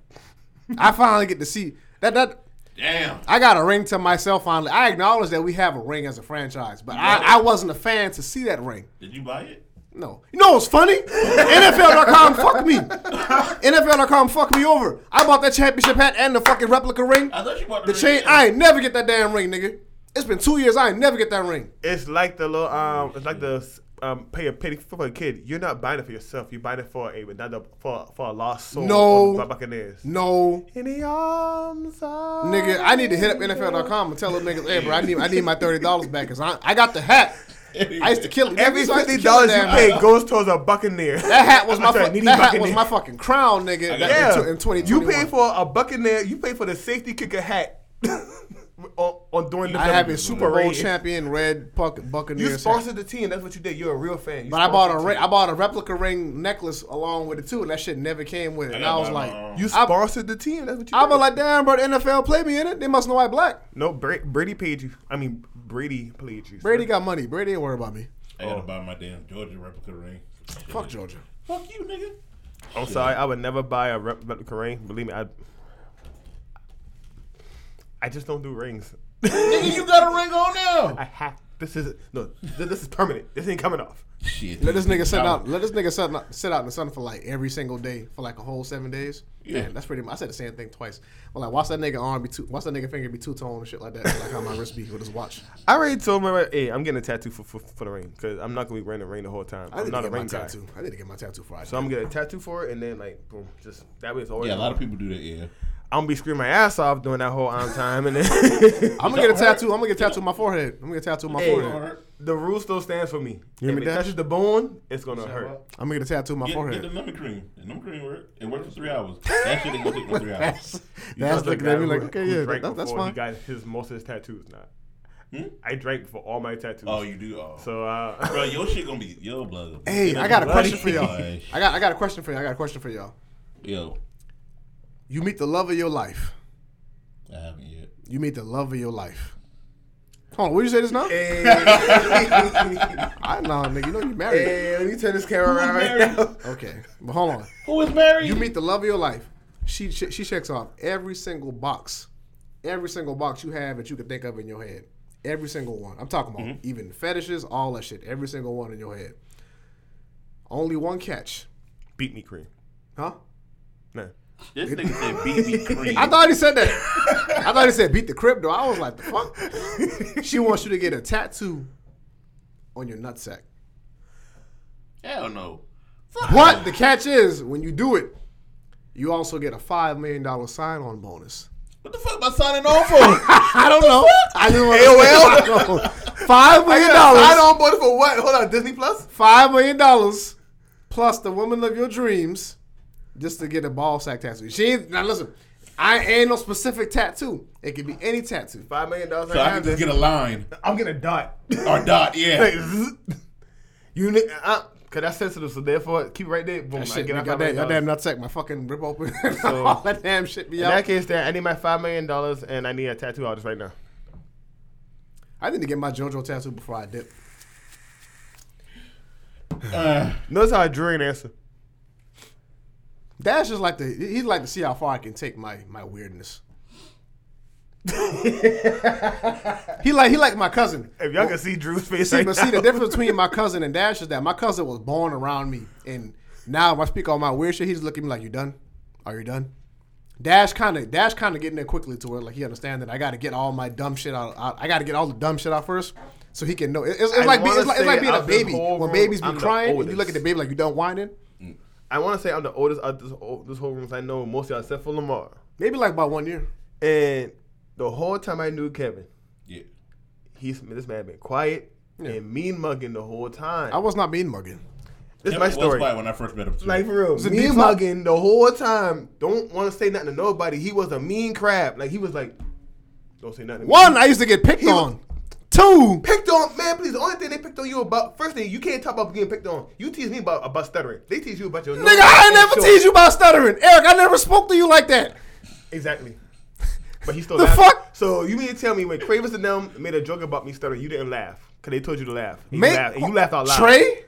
S1: I finally get to see that that
S2: damn.
S1: I got a ring to myself finally. I acknowledge that we have a ring as a franchise, but I, I wasn't a fan to see that ring.
S2: Did you buy it?
S1: No. You know what's funny? NFL.com fuck me. NFL.com fuck me over. I bought that championship hat and the fucking replica ring.
S2: I thought you bought the,
S1: The chain,
S2: ring.
S1: I ain't never get that damn ring, nigga. It's been two years, I ain't never get that ring.
S3: It's like the little um. It's like the um. Pay a pity for a kid. You're not buying it for yourself. You're buying it for a another for for a lost soul.
S1: No.
S3: on the Buccaneers.
S1: No.
S3: In the arms of
S1: Nigga, I need to hit up NFL.com and tell them niggas, hey, bro, I need, I need my $30 back because I, I got the hat. I used to kill it.
S3: Every
S1: Niggas, I used to
S3: fifty
S1: kill that
S3: dollars you
S1: damn hat.
S3: pay goes towards a Buccaneer.
S1: That hat was my
S3: I'm sorry,
S1: fu-
S3: needy
S1: that hat was
S3: Buccaneer.
S1: my fucking crown, nigga. That,
S3: Yeah,
S1: in twenty
S3: you
S1: twenty
S3: pay
S1: one.
S3: for a Buccaneer. You pay for the safety kicker hat on, on during the
S1: I have a
S3: the
S1: Super Bowl
S3: parade.
S1: champion red puck
S3: You
S1: Buccaneers. hat.
S3: sponsored the team. That's what you did. You're a real fan. You
S1: But I bought a
S3: sponsored
S1: ring,
S3: the
S1: I bought a replica ring necklace along with it too, and that shit never came with it.
S2: I
S1: And
S2: got
S1: I was
S2: mine
S1: like,
S2: on.
S3: team. You
S1: I-
S3: sponsored the team. That's what you.
S1: I
S3: did.
S1: was like, damn, bro, the NFL played me in it. They must know I black.
S3: no. Bra- Brady paid you. I mean, Brady played you. sir.
S1: Brady got money. Brady ain't worried about me.
S2: I gotta buy my damn Georgia replica ring.
S1: Fuck Georgia.
S2: Fuck you, nigga.
S3: I'm sorry. I would never buy a rep- replica ring. Believe me, I. I just don't do rings.
S2: nigga, you got a ring on now.
S3: I have. This is no. Th- this is permanent. This ain't coming off.
S2: Shit.
S1: Let this nigga sit
S2: Dollar.
S1: out. Let this nigga sit out, sit out in the sun for like every single day for like a whole seven days.
S2: Yeah.
S1: Yeah, that's pretty. much I said the same thing twice. But like, watch that nigga arm be two. Watch that nigga finger be two tone and shit like that. Like how my wrist be with his watch.
S3: I already told my wife, hey, I'm getting a tattoo for for, for the ring because I'm not gonna be wearing a ring the whole time.
S1: I
S3: I'm
S1: need
S3: not
S1: to
S3: a
S1: get my
S3: ring guy.
S1: tattoo. I need to get my tattoo Friday.
S3: So I'm gonna get a tattoo for it and then like boom, just that way it's always.
S2: Yeah, a lot of people do that. Yeah.
S3: I'm gonna be screaming my ass off during that whole on time and then.
S1: I'm gonna get a
S2: Don't hurt.
S1: tattoo. I'm gonna get a tattoo on my forehead. I'm gonna get a tattoo on my
S3: Hey,
S1: forehead.
S3: the rule still stands for me.
S1: You hear
S3: if
S1: me,
S3: it
S1: Dash?
S3: touches the bone, it's gonna hurt.
S1: I'm gonna get a tattoo on my
S2: Get, get
S1: forehead.
S2: the lemon cream. The lemon cream work. It worked for three hours. That shit ain't gonna take no three hours.
S1: That's that's
S3: Because
S1: looking at me
S3: guy
S1: like,
S3: who-
S1: okay,
S3: who
S1: yeah,
S3: drank
S1: that, that's
S3: before,
S1: fine.
S3: He got his most of his tattoos now.
S2: Hmm?
S3: I drank for all my tattoos.
S2: Oh, you do. Oh.
S3: So uh,
S2: Bro, your shit gonna be yo blood.
S1: Hey,
S2: It'll
S1: I got a
S2: be
S1: question for y'all.
S2: blood.
S1: I got I got a question for y'all. I got a question for y'all.
S2: Yo,
S1: You meet the love of your life.
S2: I haven't yet.
S1: You meet the love of your life. Hold on, what did you say this now?
S3: hey,
S1: I know, nigga. You know you married.
S3: hey, let me turn this camera around
S2: married?
S3: right now.
S1: Okay, but hold on.
S2: Who is married?
S1: You meet the love of your life. She she, she checks off every single box, every single box you have that you can think of in your head. Every single one. I'm talking about
S3: Mm-hmm.
S1: even fetishes, all that shit. Every single one in your head. Only one catch,
S3: Beat me, cream.
S1: huh?
S3: Nah.
S2: This nigga said BB cream.
S1: I thought he said that. I thought he said beat the crypto. I was like, the fuck. she wants you to get a tattoo on your nutsack.
S2: Hell no.
S1: But the catch is when you do it, you also get a five million dollar sign on bonus.
S2: What the fuck am I signing on for?
S1: I don't know. I just want AOL. Five million
S3: I
S1: dollars.
S3: on board for what? Hold on, Disney Plus.
S1: Five million dollars plus the woman of your dreams, just to get a ball sack tattoo. She ain't, now listen. I ain't no specific tattoo. It could be any tattoo.
S3: Five million dollars.
S2: so I can just get a line
S3: I'm gonna dot.
S2: or dot. Yeah.
S3: you, ni- uh, cause that's sensitive. So therefore, keep right there. Boom.
S1: That
S3: I
S1: shit,
S3: get my
S1: nigga,
S3: five
S1: that, that
S3: million
S1: damn
S3: dollars.
S1: nutsack, my fucking rip open.
S3: So-
S1: All that damn shit be
S3: In that
S1: out.
S3: case, then I need my five million dollars, and I need a tattoo artist right now.
S1: I need to get my JoJo tattoo before I dip.
S2: Uh,
S3: Notice how I drew an answer.
S1: Dash is like the he'd like to see how far I can take my my weirdness. he like he like my cousin.
S3: If y'all can see Drew's face
S1: See,
S3: right
S1: but see the
S3: now.
S1: difference between my cousin and Dash is that my cousin was born around me, and now if I speak all my weird shit, he's looking at me like, "You done? Are you done?" Dash kind of Dash kind of getting there quickly to where like he understand that I got to get all my dumb shit out. out I got to get all the dumb shit out first, so he can know. It- It's, it's
S3: I
S1: like be,
S3: wanna
S1: it's like, it's like
S3: say
S1: being a
S3: out this
S1: baby
S3: whole
S1: when
S3: room,
S1: babies be
S3: I'm the
S1: crying and you look
S3: oldest.
S1: at the baby like you done whining.
S3: I want to say I'm the oldest out this whole, this whole room. 'cause I know most of y'all except for Lamar.
S1: Maybe like about one year.
S3: And the whole time I knew Kevin,
S2: yeah.
S3: he's this man been quiet and mean mugging the whole time.
S1: I was not mean mugging.
S3: this is
S2: That
S3: my
S2: was
S3: story.
S2: why when I first met him. Too.
S3: Like for real,
S1: a
S3: mean
S1: deep
S3: mugging the whole time. Don't want to say nothing to nobody. He was a mean crab. Like he was like, don't say nothing. to me."
S1: One, I used to get picked
S3: He was-
S1: on. Two,
S3: picked on, man. Please, the only thing they picked on you about first thing you can't talk about getting picked on. You tease me about about stuttering. They teach you about your
S1: nigga, I never teased you about stuttering, Eric. I never spoke to you like that.
S3: Exactly. But he still
S1: The
S3: laughed.
S1: fuck?
S3: So you mean to tell me when Cravers and them made a joke about me stuttering, you didn't laugh because they told you to laugh. And You
S1: Man,
S3: laughed, and you laughed out loud.
S1: Trey?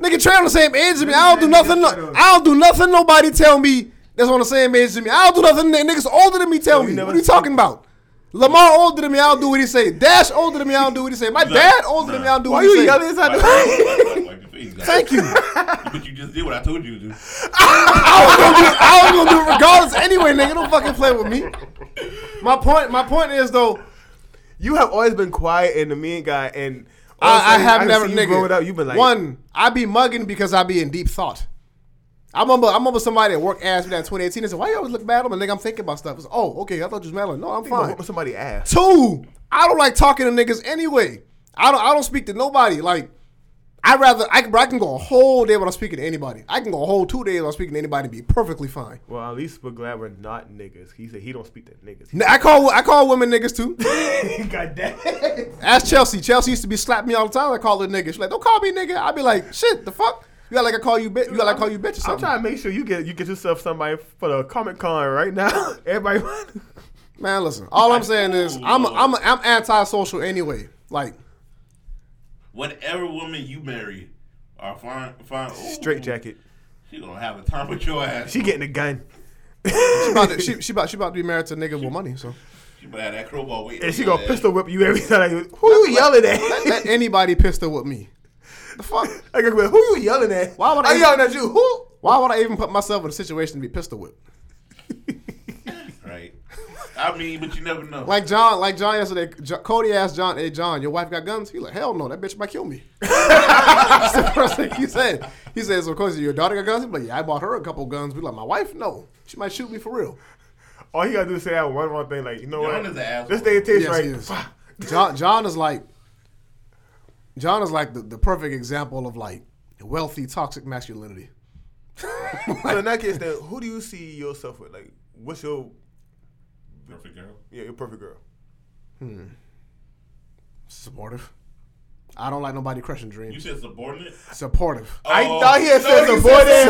S1: Nigga, Trey on the same age as me. I don't do
S3: Nigga,
S1: nothing.
S3: shut
S1: No,
S3: up.
S1: I don't do nothing. Nobody tell me that's on the same age as me. I don't do nothing. that Niggas older than me tell
S3: you
S1: me.
S3: never-
S1: What are you talking about? Lamar older than me. I don't do what he say. Dash older than me. I don't do what he say. My dad older than me. I don't do
S3: Why
S1: what
S3: you
S1: he say.
S3: yelling inside
S2: Wipe-
S3: the?
S2: wipe- wipe- wipe your face, guys.
S1: Thank you.
S2: But you just did what I told you to do.
S1: I was gonna do. I was gonna do it regardless anyway. Nigga, don't fucking play with me. My point. My point is though.
S3: You have always been quiet and the mean guy, and all of a
S1: I, I
S3: sudden,
S1: have
S3: can
S1: never
S3: see you growing
S1: nigga.
S3: up. You've been like
S1: one. I be mugging because I be in deep thought. I remember, I remember somebody at work asked me that in 2018. They said, "Why you always look mad at me?" Nigga, I'm thinking about stuff. It's, oh, okay. I thought you was mad. Like, no, I'm fine.
S3: What somebody asked.
S1: Two. I don't like talking to niggas anyway. I don't. I don't speak to nobody. Like, I rather I, can- bro, I can go a whole day without speaking to anybody. I can go a whole two days without speaking to anybody and be perfectly fine.
S3: Well, at least we're glad we're not niggas. He said he don't speak to niggas.
S1: N- I call I call women niggas too.
S3: God damn.
S1: Ask Chelsea. Chelsea used to be slapping me all the time. I call her nigga. She's like, "Don't call me nigga." I'd be like, "Shit, the fuck." You got like I call you bitch. You got like I call you bitch or
S3: I'm
S1: something.
S3: trying to make sure you get you get yourself somebody for the Comic Con right now. Everybody.
S1: Man, listen. All I'm saying is I'm I'm I'm antisocial anyway. Like
S2: Whatever woman you marry, or find find ooh,
S3: Straight jacket.
S2: She gonna have a time with your ass.
S3: She getting a gun.
S1: she about to, she, she about she about to be married to a nigga with money. So
S2: She better have that crowbar waiting.
S3: And she
S2: for your
S3: gonna
S2: ass.
S3: pistol whip you every time. you- Who you yelling
S1: let,
S3: at?
S1: let anybody pistol with me. The fuck?
S3: I go, who you yelling at?
S1: Why would I
S3: I'm
S1: even-
S3: yelling at you? Who?
S1: Why would I even put myself in a situation to be pistol whipped?
S2: Right. I mean, but you never know.
S1: Like John, like John yesterday. Jo- Cody asked John, "Hey John, your wife got guns?" He like, "Hell no, that bitch might kill me." That's the first thing he said. He says, "Of course, your daughter got guns." He's like, "Yeah, I bought her a couple guns." We like, my wife? No, she might shoot me for real.
S3: All you gotta do is say that one more thing. Like you know
S2: John
S3: what?
S2: is an asshole.
S3: This thing tastes
S1: Yes,
S3: right.
S1: he is. John, John is like, John is like the, the perfect example of like wealthy toxic masculinity.
S3: So in that case, then who do you see yourself with? Like, what's your
S2: Perfect girl.
S3: yeah your perfect girl?
S1: Supportive. I don't like nobody crushing
S2: You
S1: dreams.
S2: said subordinate.
S1: Supportive.
S3: I
S2: Oh,
S3: thought he had
S2: no,
S3: said
S2: he said
S3: subordinate.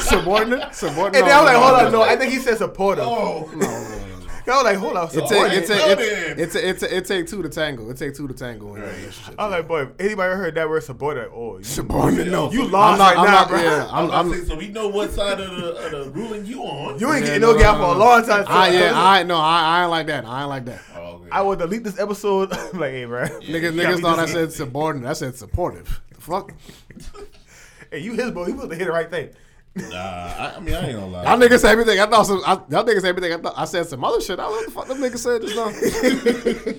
S1: Subordinate, subordinate, subordinate.
S3: And then I'm like, hold on, no,
S1: no.
S3: I think he said supportive.
S2: Oh,
S3: I was like, hold on,
S1: It take
S3: subordinate.
S1: it
S2: It's a-
S1: take
S2: Loaded.
S1: it, it, take- it, take- it take two to tango. It take two to tango in a relationship.
S3: I was like, boy, if anybody heard that word subordinate, oh, you,
S1: Subordinate,
S2: no.
S3: you
S1: I'm
S3: lost
S1: not.
S3: right
S1: I'm
S3: now,
S1: not.
S3: bro.
S1: Yeah, I'm.
S2: I'm,
S1: I'm
S2: so we know what side of the, of the ruling you on.
S3: You ain't
S1: yeah,
S3: getting no, gal for a long time.
S1: I,
S3: so-
S1: Ah, yeah, I no, I, I ain't like that. I ain't like that.
S2: Oh, okay.
S3: I will delete this episode. I'm like, hey, bro,
S1: Niggas,
S3: Yeah,
S1: niggas
S3: we
S1: thought I
S3: just-
S1: said subordinate. I said supportive. The fuck,
S3: hey, you his boy. You supposed to hit the right thing.
S2: nah, I, I mean, I ain't gonna lie.
S1: y'all niggas said everything. I thought some. I, y'all niggas said everything. I thought I said some other shit. I don't know what the fuck them niggas said just now.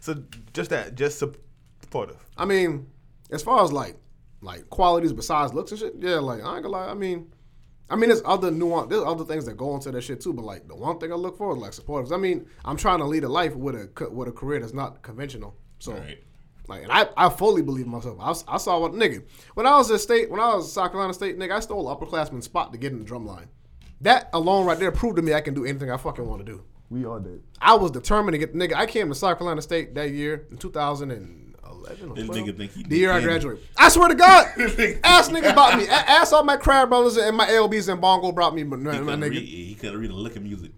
S3: So just that, just supportive.
S1: I mean, as far as like, like qualities besides looks and shit. Yeah, like I ain't gonna lie. I mean, I mean, there's other nuance. There's other things that go into that shit too. But like, the one thing I look for is like supporters. I mean, I'm trying to lead a life with a co- with a career that's not conventional. So.
S2: Right.
S1: Like, and I, I fully believe in myself. I, was- I saw what nigga when I was at state when I was at South Carolina State nigga I stole an upperclassman spot to get in the drum line. That alone right there proved to me I can do anything I fucking want to do.
S3: We all did.
S1: I was determined to get nigga. I came to South Carolina State that year in 2011. Or
S2: This
S1: 12,
S2: nigga think he
S1: the year I
S2: did.
S1: graduated. I swear to God, ask niggas about me. A- Ask all my crab brothers and my LBs and Bongo brought me. My,
S2: He
S1: my
S2: couldn't read,
S1: nigga.
S2: he couldn't read a lick of music.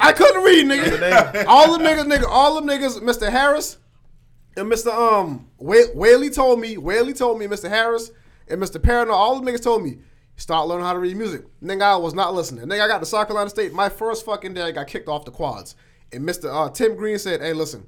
S1: I couldn't read,
S3: That's the
S1: nigga. all them niggas, nigga. All them niggas. Mr. Harris and Mr. Um Wh- Whaley told me. Whaley told me. Mr. Harris and Mr. Parano. All them niggas told me. Start learning how to read music. Nigga, I was not listening. Nigga, I got to South Carolina State. My first fucking day, I got kicked off the quads. And Mr. Uh, Tim Green said, "Hey, listen,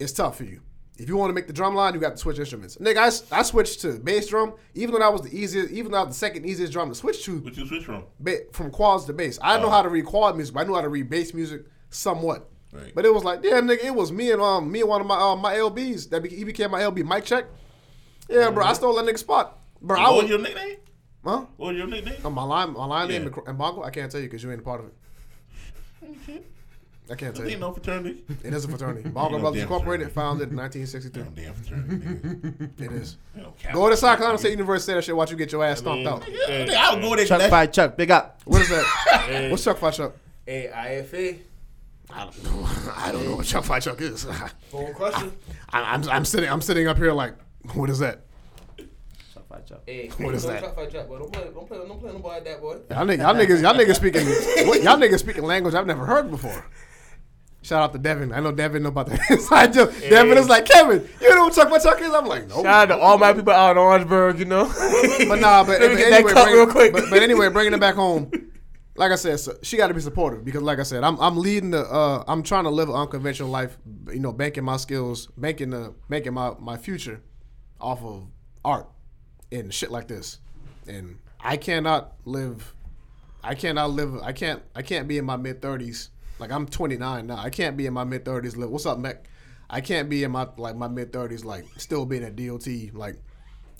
S1: it's tough for you. If you want to make the drum line, you got to switch instruments." Nigga, I, s- I switched to bass drum, even though that was the easiest, even though I was the second easiest drum to switch to
S2: What you switch from?
S1: ba- from quads to bass. I
S2: Oh.
S1: know how to read quad music, but I knew how to read bass music somewhat.
S2: Right.
S1: But it was like, damn, nigga, it was me and um me and one of my um, my LBs that be- he became my LB Mike Check. Yeah, bro, I
S2: Mm-hmm.
S1: stole that nigga spot, bro. I
S2: What was
S1: was
S2: your nickname?
S1: huh?
S2: What was your nickname?
S1: Uh, My line, my line name
S2: Yeah.
S1: and cr- and Bongo. I can't tell you because you ain't a part of it. I can't tell
S2: This ain't
S1: you.
S2: no fraternity.
S1: It is a fraternity. Bongo
S2: no
S1: Brothers
S2: damn
S1: Incorporated,
S2: fraternity.
S1: founded in
S2: No
S1: 1963.
S2: damn fraternity. nigga.
S1: It is.
S2: Ain't no Kappa.
S1: Go to South Carolina State University. Say that shit. Watch you get your ass stomped out.
S2: Yeah, nigga, I'll go there.
S4: Chuck
S2: that-
S4: by Chuck, big up.
S1: What is that? What's Chuck Fight Chuck?
S5: Hey, IFA,
S1: I don't know. I don't know what Chuck Fight Chuck is.
S5: phone question.
S1: I, I'm, I'm sitting I'm sitting up here like, what is that?
S4: Chuck by Chuck.
S5: Hey,
S1: What is
S5: don't
S1: that?
S5: Trap, fight, trap, boy. Don't play, don't play, don't play no boy like that, boy.
S1: Y'all niggas, y'all niggas, y'all niggas speaking what, y'all niggas speaking language I've never heard before. Shout out to Devin. I know Devin know about that inside joke. Devin is like Kevin. You know what Chuck my Chuck is? I'm like, no.
S3: Shout out to all my people out in Orangeburg, you know.
S1: But nah, but,
S3: Let me
S1: but
S3: get that
S1: anyway,
S3: cut
S1: bringing,
S3: real quick.
S1: But, but anyway, bringing it back home. Like I said, so she got to be supportive because, like I said, I'm I'm leading the uh, I'm trying to live an unconventional life, you know, banking my skills, banking the banking my my future off of art and shit like this, and I cannot live, I cannot live, I can't I can't be in my mid thirties. Like I'm 29 now, I can't be in my mid thirties. Live what's up, Mac? I can't be in my like my mid thirties, like still being at DOT, like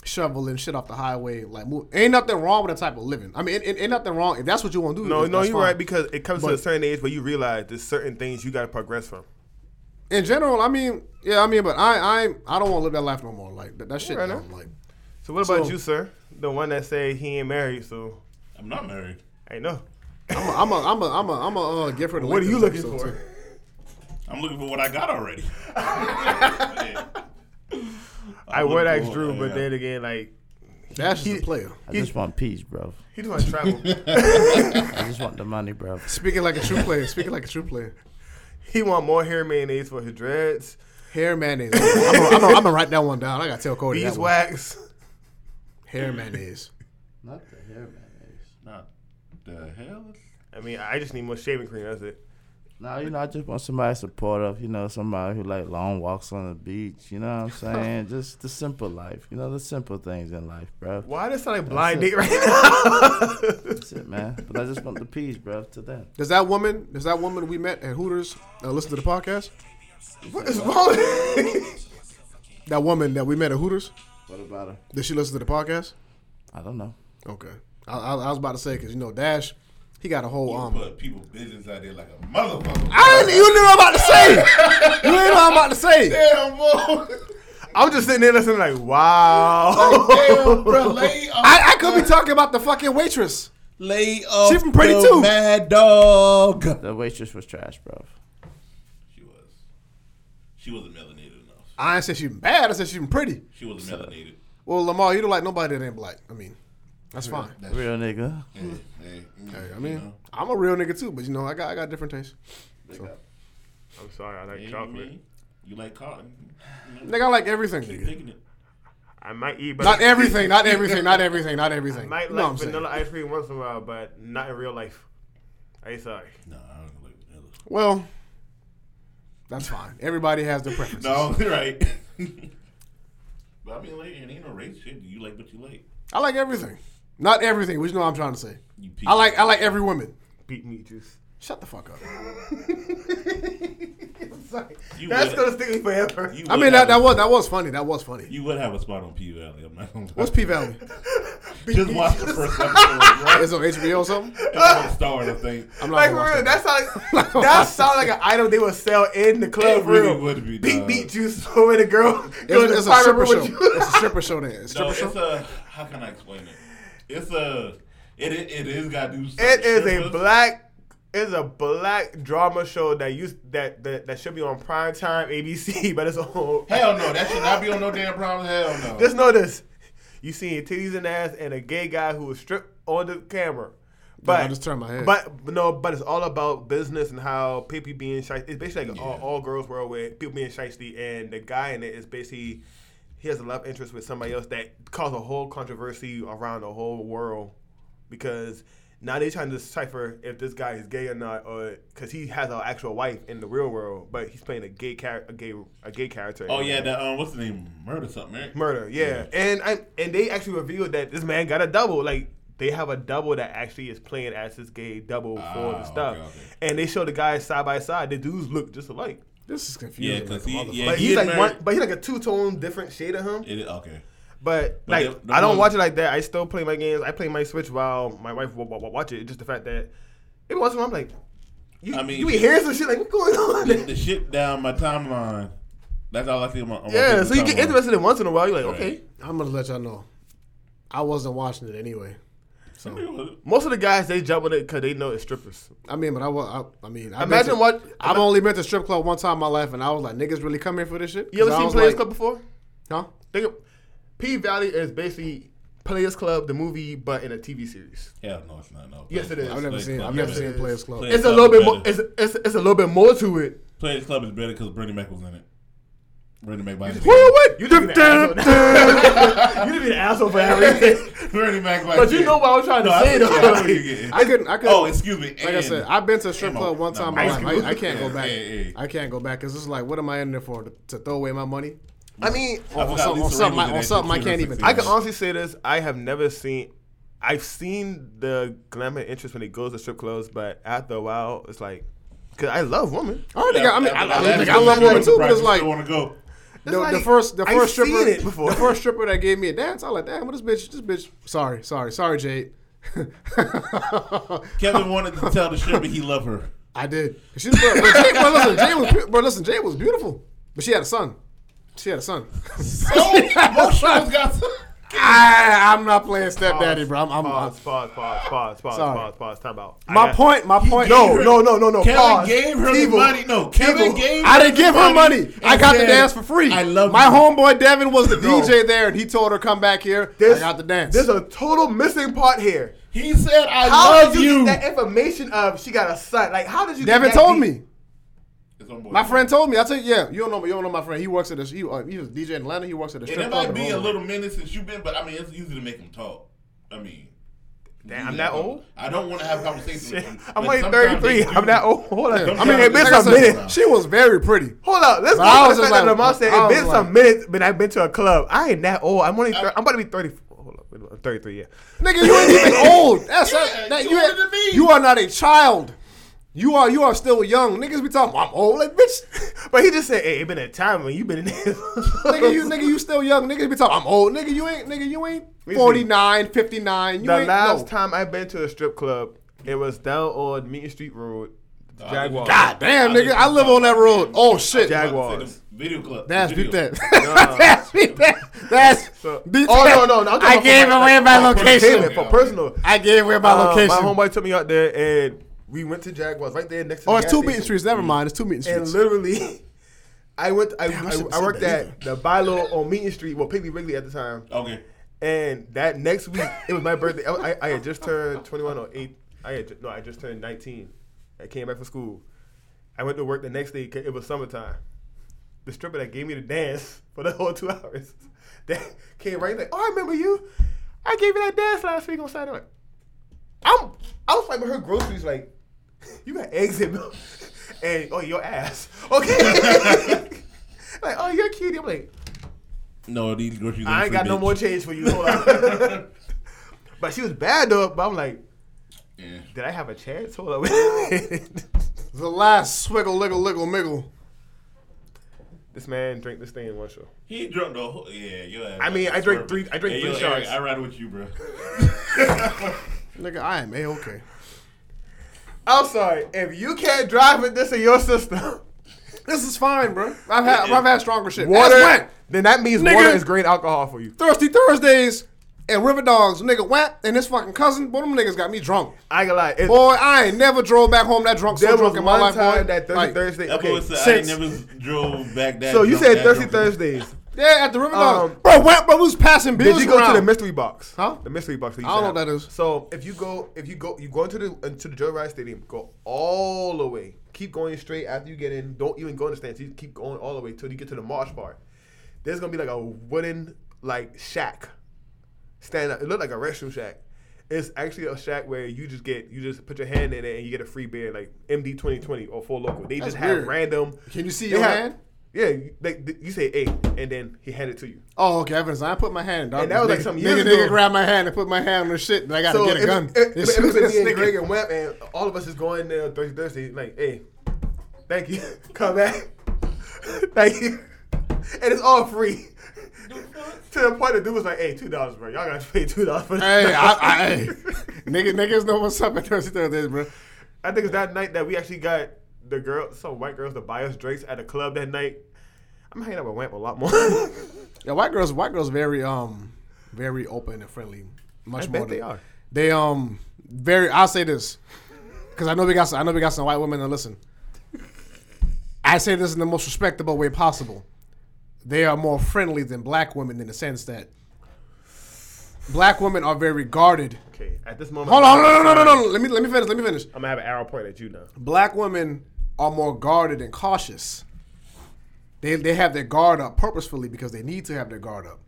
S1: shoveling shit off the highway. Like, move. ain't nothing wrong with that type of living. I mean, ain't, ain't- ain't nothing wrong if that's what you want to do.
S3: no,
S1: that's
S3: no, you're
S1: fine.
S3: right because it comes to a
S1: But-
S3: certain age where you realize there's certain things you gotta progress from.
S1: In general, I mean, yeah, I mean, but I, I, I don't want to live that life no more. Like that, that shit,
S3: Right
S1: dumb.
S3: on.
S1: like
S3: So what about
S1: So-
S3: you, sir? The one that say he ain't married, so
S2: I'm not married.
S3: I know.
S1: I'm a, I'm a, I'm a, I'm a uh, give her the
S3: What are
S1: link
S3: you
S1: to this
S3: looking
S1: episode,
S3: for?
S1: too.
S2: I'm looking for what I got already.
S3: I
S2: I'm
S3: would
S2: looking
S3: ask
S2: for-
S3: Drew, but
S2: yeah.
S3: then again, like
S1: Dash is a player.
S4: I just want peace, bro.
S3: he just want to travel.
S4: I just want the money, bro.
S1: Speaking like a true player. Speaking like a true player.
S3: he want more hair mayonnaise for his dreads,
S1: Hair mayonnaise. I'm gonna- I'm gonna- I'm gonna write that one down. I gotta tell Cody that one.
S3: beeswax.
S1: Hair mayonnaise.
S4: Not the hair mayonnaise.
S2: Not the hell. is-
S3: I mean, I just need more shaving cream. That's it.
S4: No, you know, I just want somebody supportive. You know, somebody who like long walks on the beach. You know what I'm saying? just the simple life. You know, the simple things in life, bro.
S3: Why does sound like blind
S4: it.
S3: date right now?
S4: That's it, man. But I just want the peace, bro. To them.
S1: Does that woman? Does that woman we met at Hooters uh, listen to the podcast?
S3: what is wrong?
S1: That woman that we met at Hooters.
S4: What about her?
S1: Did she listen to the podcast?
S4: I don't know.
S1: Okay. I, I, I was about to say because you know Dash, he got a whole
S2: You
S1: um.
S2: put people business out there like a motherfucker.
S1: I didn't, you knew what I'm about to say. You knew what I'm about to say.
S2: Damn, boy.
S3: I'm just sitting there listening, like, wow.
S2: Damn, bro. Lay off.
S1: I, I could be talking about the fucking waitress.
S2: lay off.
S1: She from Pretty
S2: the
S1: Too.
S2: Mad dog.
S4: The waitress was trash, bro.
S2: She was. She wasn't melanated enough.
S1: I ain't say she bad. I said she pretty.
S2: She wasn't melanated.
S1: Well, Lamar, you don't like nobody that ain't black. I mean, that's fine.
S2: That's
S4: Real nigga.
S2: Hey, hey,
S1: Hey, I
S2: Mm, you
S1: mean,
S2: know,
S1: I'm a real nigga too, but you know, I got I got different tastes.
S2: they got-
S3: I'm sorry, I like
S2: Hey,
S3: chocolate.
S2: me. You like cotton? You know,
S1: Nigga, I like everything.
S2: keep
S1: Nigga.
S2: picking it.
S3: I might eat, but
S1: Not everything. Not everything. Not everything. Not
S3: I
S1: everything.
S3: might
S1: no, I'm
S3: like vanilla
S1: saying.
S3: ice cream once in a while, but not in real life. Are you sorry?
S2: No, I don't like vanilla.
S1: Well, that's fine. Everybody has their preferences.
S2: No, you're right. but I mean, like, it ain't no race shit. You like what you like.
S1: I like everything. Not everything, which you know what I'm trying to say.
S2: You peep.
S1: I like I like every woman.
S3: Beat me juice.
S1: Shut the fuck up.
S3: Sorry.
S2: You
S3: That's
S2: would-
S3: gonna stick me forever.
S2: You
S1: I
S2: would
S1: mean
S2: have
S1: that, that
S2: a-
S1: was that was funny. That was funny.
S2: You would have a spot on P Valley. I'm not gonna lie.
S1: What's P E? Valley?
S2: Just watch the first episode. Right?
S1: It's on HBO or something?
S2: It's a star, I think.
S1: I'm not
S3: like
S1: gonna watch
S3: for
S1: that.
S3: real, that's like that sound like an item they would sell in the club.
S2: It really
S3: room.
S2: would be,
S3: beat
S2: dog.
S3: beat juice over the girl.
S1: It's,
S3: go to the
S1: it's a
S3: private
S1: stripper
S3: room
S1: show.
S3: with you.
S1: It's a stripper show then. It's a
S2: No,
S1: stripper
S2: it's
S1: show.
S2: a. How can I explain it? It's a. It i- it is got to do. some
S3: It is a
S2: strippers.
S3: black. It's a black drama show that used that that, that should be on prime time ABC, but it's on.
S2: Hell no, that should not be on no damn problem. Hell no.
S3: Just know this: you seeing titties and ass and a gay guy who was stripped on the camera. But
S1: I just turned my head.
S3: But no, but it's all about business and how people being shy. It's basically like all, all girls world where people being shysty and the guy in it is basically he has a love interest with somebody else that caused a whole controversy around the whole world because now they're trying to decipher if this guy is gay or not, or because he has an actual wife in the real world, but he's playing a gay character, a gay, a gay character.
S2: oh yeah, that um, what's the name? Murder something, right?
S3: Murder, yeah. And I and they actually revealed that this man got a double. Like they have a double that actually is playing as this gay double for
S2: Ah,
S3: the stuff.
S2: okay, okay.
S3: And they show the guys side by side. The dudes look just alike.
S1: This is confusing.
S2: Yeah, cause
S1: like a
S2: he,
S1: motherfucker.
S2: yeah,
S3: Like
S2: he
S3: he's
S2: is
S3: like one,
S2: married.
S3: but he's like a two tone different shade of him.
S2: It is- okay.
S3: But
S2: But
S3: like
S2: the- the
S3: I don't
S2: one-
S3: watch it like that. I still play my games. I play my Switch while my wife will, will, will watch it. It's just the fact that every once in a while I'm like, you,
S2: I mean-
S3: you be hearing some shit like what's going on.
S2: The, the shit down my timeline. That's all I see on my. On my
S3: yeah,
S2: people's
S3: so you get
S2: timeline.
S3: interested in once in a while. You're like,
S2: Right.
S3: okay.
S1: I'm gonna let y'all know. I wasn't watching it anyway. So
S3: Most of the guys they jump on it because they know it's strippers.
S1: I mean, but I was. I, I mean, I
S3: Imagine
S1: been to-
S3: what-
S1: I've only been to strip club one time in my life, and I was like, niggas really come here for this shit.
S3: You
S1: 'Cause
S3: ever
S1: I
S3: seen
S1: was
S3: Players
S1: like,
S3: Club before?
S1: Huh?
S3: Think of P Valley is basically Players Club, the movie, but in a TV series.
S2: Hell no, it's not. No.
S3: Yes, it is.
S1: I've never
S2: Players
S1: seen.
S2: Club
S1: I've
S2: is
S1: never
S2: better.
S1: seen Players Club.
S2: Players-
S3: It's a
S2: Club
S3: little
S2: is
S3: bit more. It's,
S2: better.
S3: it's it's a little bit more to it.
S2: Players Club is better because Bernie Mac was in it. Bernie Mac. Bites the
S1: Woo,
S2: kid.
S1: what?
S3: You didn't be an asshole. you didn't be an asshole for everything.
S2: Bernie Mac. bites
S3: But
S2: the
S3: you
S2: kid.
S3: know what I was trying to
S2: No, I
S3: say
S2: know- I know what
S3: though.
S2: you're getting.
S1: I couldn't. I couldn't.
S2: Oh, excuse me.
S1: Like I
S2: and-
S1: said, I've been to a strip
S2: ammo.
S1: club one
S2: No,
S1: time. in my
S2: ice
S1: life.
S2: cube.
S1: I, I can't go back.
S2: Yeah, yeah, yeah.
S1: I can't go back because it's like, what am I in there for? To, to throw away my money?
S3: I mean,
S2: I
S1: on
S2: forgot
S1: something-
S2: Lisa
S1: on something
S2: Rinna
S1: I-
S2: did
S1: on
S2: that
S1: something I
S2: computer
S1: can't even-
S2: success.
S3: I can honestly say this: I have never seen. I've seen the glamour interest when it goes to strip clubs, but after a while, it's like, cause I love women.
S1: I already got. I mean, I, I,
S2: After
S1: think
S2: that,
S1: I love
S2: you
S1: women too, but
S2: probably
S1: it's like.
S2: still wanna go.
S1: The,
S3: It's
S1: the
S3: like,
S1: first, the
S3: I've
S1: first
S3: seen
S1: stripper,
S3: it before.
S1: the first stripper that gave me a dance, I was like, damn, what this bitch, this bitch. Sorry, sorry, sorry, Jade.
S2: Kevin wanted to tell the stripper he loved her.
S1: I did. She, but, but, Jay, but listen, Jay was, beau- but listen, Jay was beautiful, but she had a son. She had a son.
S2: Oh, both shows got.
S1: I, I'm not playing
S3: Oh,
S1: stepdaddy, bro. I'm, I'm, I'm
S3: Pause, pause, pause, pause, pause,
S1: Sorry.
S3: pause, pause. Time out. I
S1: my
S3: got-
S1: point. My point.
S3: No, no, no, no, no.
S2: Kevin
S3: Oh, pause.
S2: gave her
S3: Evil.
S2: the money. No, Kevin
S3: Evil.
S2: gave.
S1: I didn't give her money.
S2: and
S1: I got the
S2: said,
S1: dance for free.
S2: I love
S1: my
S2: you.
S1: homeboy Devin was the
S3: No.
S1: DJ there, and he told her come back here.
S3: There's,
S1: I got the dance.
S3: There's a total missing part here.
S2: He said, "I
S3: How
S2: love
S3: did you,
S2: you."
S3: get that information of she got a son? Like, how did you? get
S1: Devin
S3: that
S1: told
S3: deep?
S1: me.
S2: It's on board.
S1: My friend told me. I tell you, yeah, you don't know, you don't know my friend. He works at a he, uh, he was DJ in Atlanta. He works at a
S2: And
S1: strip
S2: it
S1: club.
S2: might
S1: in
S2: be a
S1: Rome.
S2: little minute since you've been, but I mean, it's easy to make him talk. I mean,
S3: Damn, I'm that old.
S2: I don't want to have conversations with you.
S3: I'm
S2: but
S3: only
S2: sometimes they
S3: 33. I'm
S2: do.
S3: that old. Hold on.
S2: Yeah.
S3: I mean, it been
S1: Like I
S3: some
S1: said,
S3: minutes.
S1: She was very pretty.
S3: Hold up. Let's
S1: But I
S3: go to
S1: was
S3: the
S1: just
S3: fact that
S1: like-
S3: Lamar said
S1: I
S3: it
S1: was
S3: been some
S1: like-
S3: minutes, but I've been to a club. I ain't that old. I'm only. Thir- I'm about to be 30. Hold up. wait, I'm 33. Yeah.
S1: Nigga, you ain't even old. That's
S2: Yeah,
S1: that, that-
S2: you
S1: you,
S2: older than me.
S1: you are not a child. You are you are still young. Niggas be talking, I'm old. Like, bitch,
S3: But he just said, "Hey, it been a time when you been in this."
S1: nigga, you nigga, you still young. Niggas be talking, I'm old. Nigga, you ain't nigga, you ain't
S3: Listen.
S1: 49, 59. You
S3: the
S1: ain't
S3: last
S1: no.
S3: time I've been to a strip club, it was down on Meeting Street Road,
S2: I
S3: Jaguar.
S2: didn't-
S1: God damn,
S2: I
S1: nigga.
S2: didn't-
S1: I live on that road. Oh shit.
S3: Jack-
S2: I was about to say
S3: Jaguars.
S2: the Video club.
S1: That's
S2: video.
S1: beat that. That's beat that. That's
S3: So-
S1: beat
S3: oh,
S1: that.
S3: no, no, no, I'm talking
S1: I
S3: about
S1: gave
S3: for my-
S1: away my
S3: for entertainment,
S1: location.
S3: for personal.
S1: I gave away my
S3: Uh,
S1: location.
S3: My homeboy took me out there, and we went to Jaguars right there next to.
S1: Oh,
S3: the
S1: it's
S3: gas
S1: two
S3: station.
S1: beating streets. Never mind. It's two beating
S3: And
S1: streets.
S3: literally, I went. I,
S1: Damn, I
S3: I,
S1: should've
S3: I
S1: said
S3: worked
S1: that
S3: at the Bilo on Meeting Street, well, Piggly Wiggly at the time.
S2: Okay.
S3: And that next week, it was my birthday. I, I, I had just turned 21 or 8. I had, ju- no, I just turned 19. I came back from school. I went to work the next day. 'cause It was summertime. The stripper that gave me the dance for the whole two hours, that came right like, oh, I remember you. I gave you that dance last week on Saturday. Like, I'm, I was wiping her groceries like, you got eggs and milk, and oh your ass, okay. like, oh you're cute. I'm like,
S2: No, these groceries.
S3: I ain't got no more change for you. Hold on. but she was bad though. But I'm like,
S2: Yeah.
S3: did I have a chance? Hold on. wait a minute.
S1: The last swiggle, liggle, liggle, miggle.
S3: this man drank this thing in one shot.
S2: He drunk the whole. Yeah, your ass.
S3: I mean, I drank three- I drank
S2: Yeah,
S3: three
S2: yo,
S3: shots.
S2: Eric, I ride with you, bro.
S1: Nigga, I am a okay.
S3: I'm sorry. If you can't drive with this in your system,
S1: This is fine, bro. I've had I've had stronger shit. Water,
S3: water,
S1: whack.
S3: then that means
S1: Nigga.
S3: water is great alcohol for you.
S1: Thirsty Thursdays and River Dogs, nigga, whack, and his fucking cousin. Boy, them niggas got me drunk.
S3: I ain't gonna lie. It,
S1: Boy, I ain't never drove back home that drunk, so
S3: there was
S1: drunk
S3: one
S1: in my life, boy.
S3: time that Thursday,
S1: Like,
S3: Thursday.
S2: That boy
S3: Okay.
S2: said
S1: since-
S2: I ain't never drove back that.
S3: So you
S2: drunk,
S3: said
S2: that
S3: Thirsty
S2: drunk.
S3: Thursdays.
S1: Yeah, at the River
S3: Um,
S1: Dogs, bro, whack, bro, we was passing bills
S3: Did you go
S1: around.
S3: to the mystery box?
S1: Huh?
S3: The mystery box.
S1: I don't know what that is.
S3: So if you go, if you go, you go into the into the Joe Ride Stadium, go all the way. Keep going straight after you get in. Don't even go in the stands. You keep going all the way till you get to the marsh bar. There's gonna be like a wooden like shack. Stand up. It looked like a restroom shack. It's actually a shack where you just get you just put your hand in it and you get a free beer like MD twenty twenty or full local. They
S1: That's
S3: just
S1: weird.
S3: have random.
S1: Can you see
S3: they
S1: your
S3: have-
S1: hand?
S3: Yeah, you- like th- you say hey, and then he handed it to you.
S1: Oh, okay, Evidence. I put my hand. Dog.
S3: And that was like
S1: nigga,
S3: some
S1: nigga,
S3: years
S1: nigga
S3: ago.
S1: grabbed my hand and put my hand on the shit. And I gotta
S3: So
S1: get a
S3: if-
S1: gun.
S3: If, if,
S1: This-
S3: if it's
S1: this
S3: me and
S1: nigga-
S3: Greg and Wimp and all of us is going there Thursday, Thursday, like, hey, thank you, come back, thank you, and it's all free. to the point the dude was like, hey, two dollars, bro, y'all gotta pay two dollars for this.
S1: Hey, I, I, hey, nigga, niggas know what's up at Thursday Thursdays, bro.
S3: I think it's that night that we actually got the girl, some white girls to buy us drinks at a club that night. I'm hanging out with Wimp a lot more.
S1: Yeah, white girls, white girls, very um, very open and friendly. Much
S3: I
S1: more
S3: bet they
S1: than-
S3: are.
S1: They um, very. I'll say this, because I know we got, some, I know we got some white women that listen. I say this in the most respectable way possible. They are more friendly than black women in the sense that black women are very guarded.
S3: okay, at this moment,
S1: Hold on, no, no, no, no, no. Let me let me finish. Let me finish.
S3: I'm gonna have an arrow point at you now.
S1: black women are more guarded and cautious. They, they have their guard up purposefully because they need to have their guard up.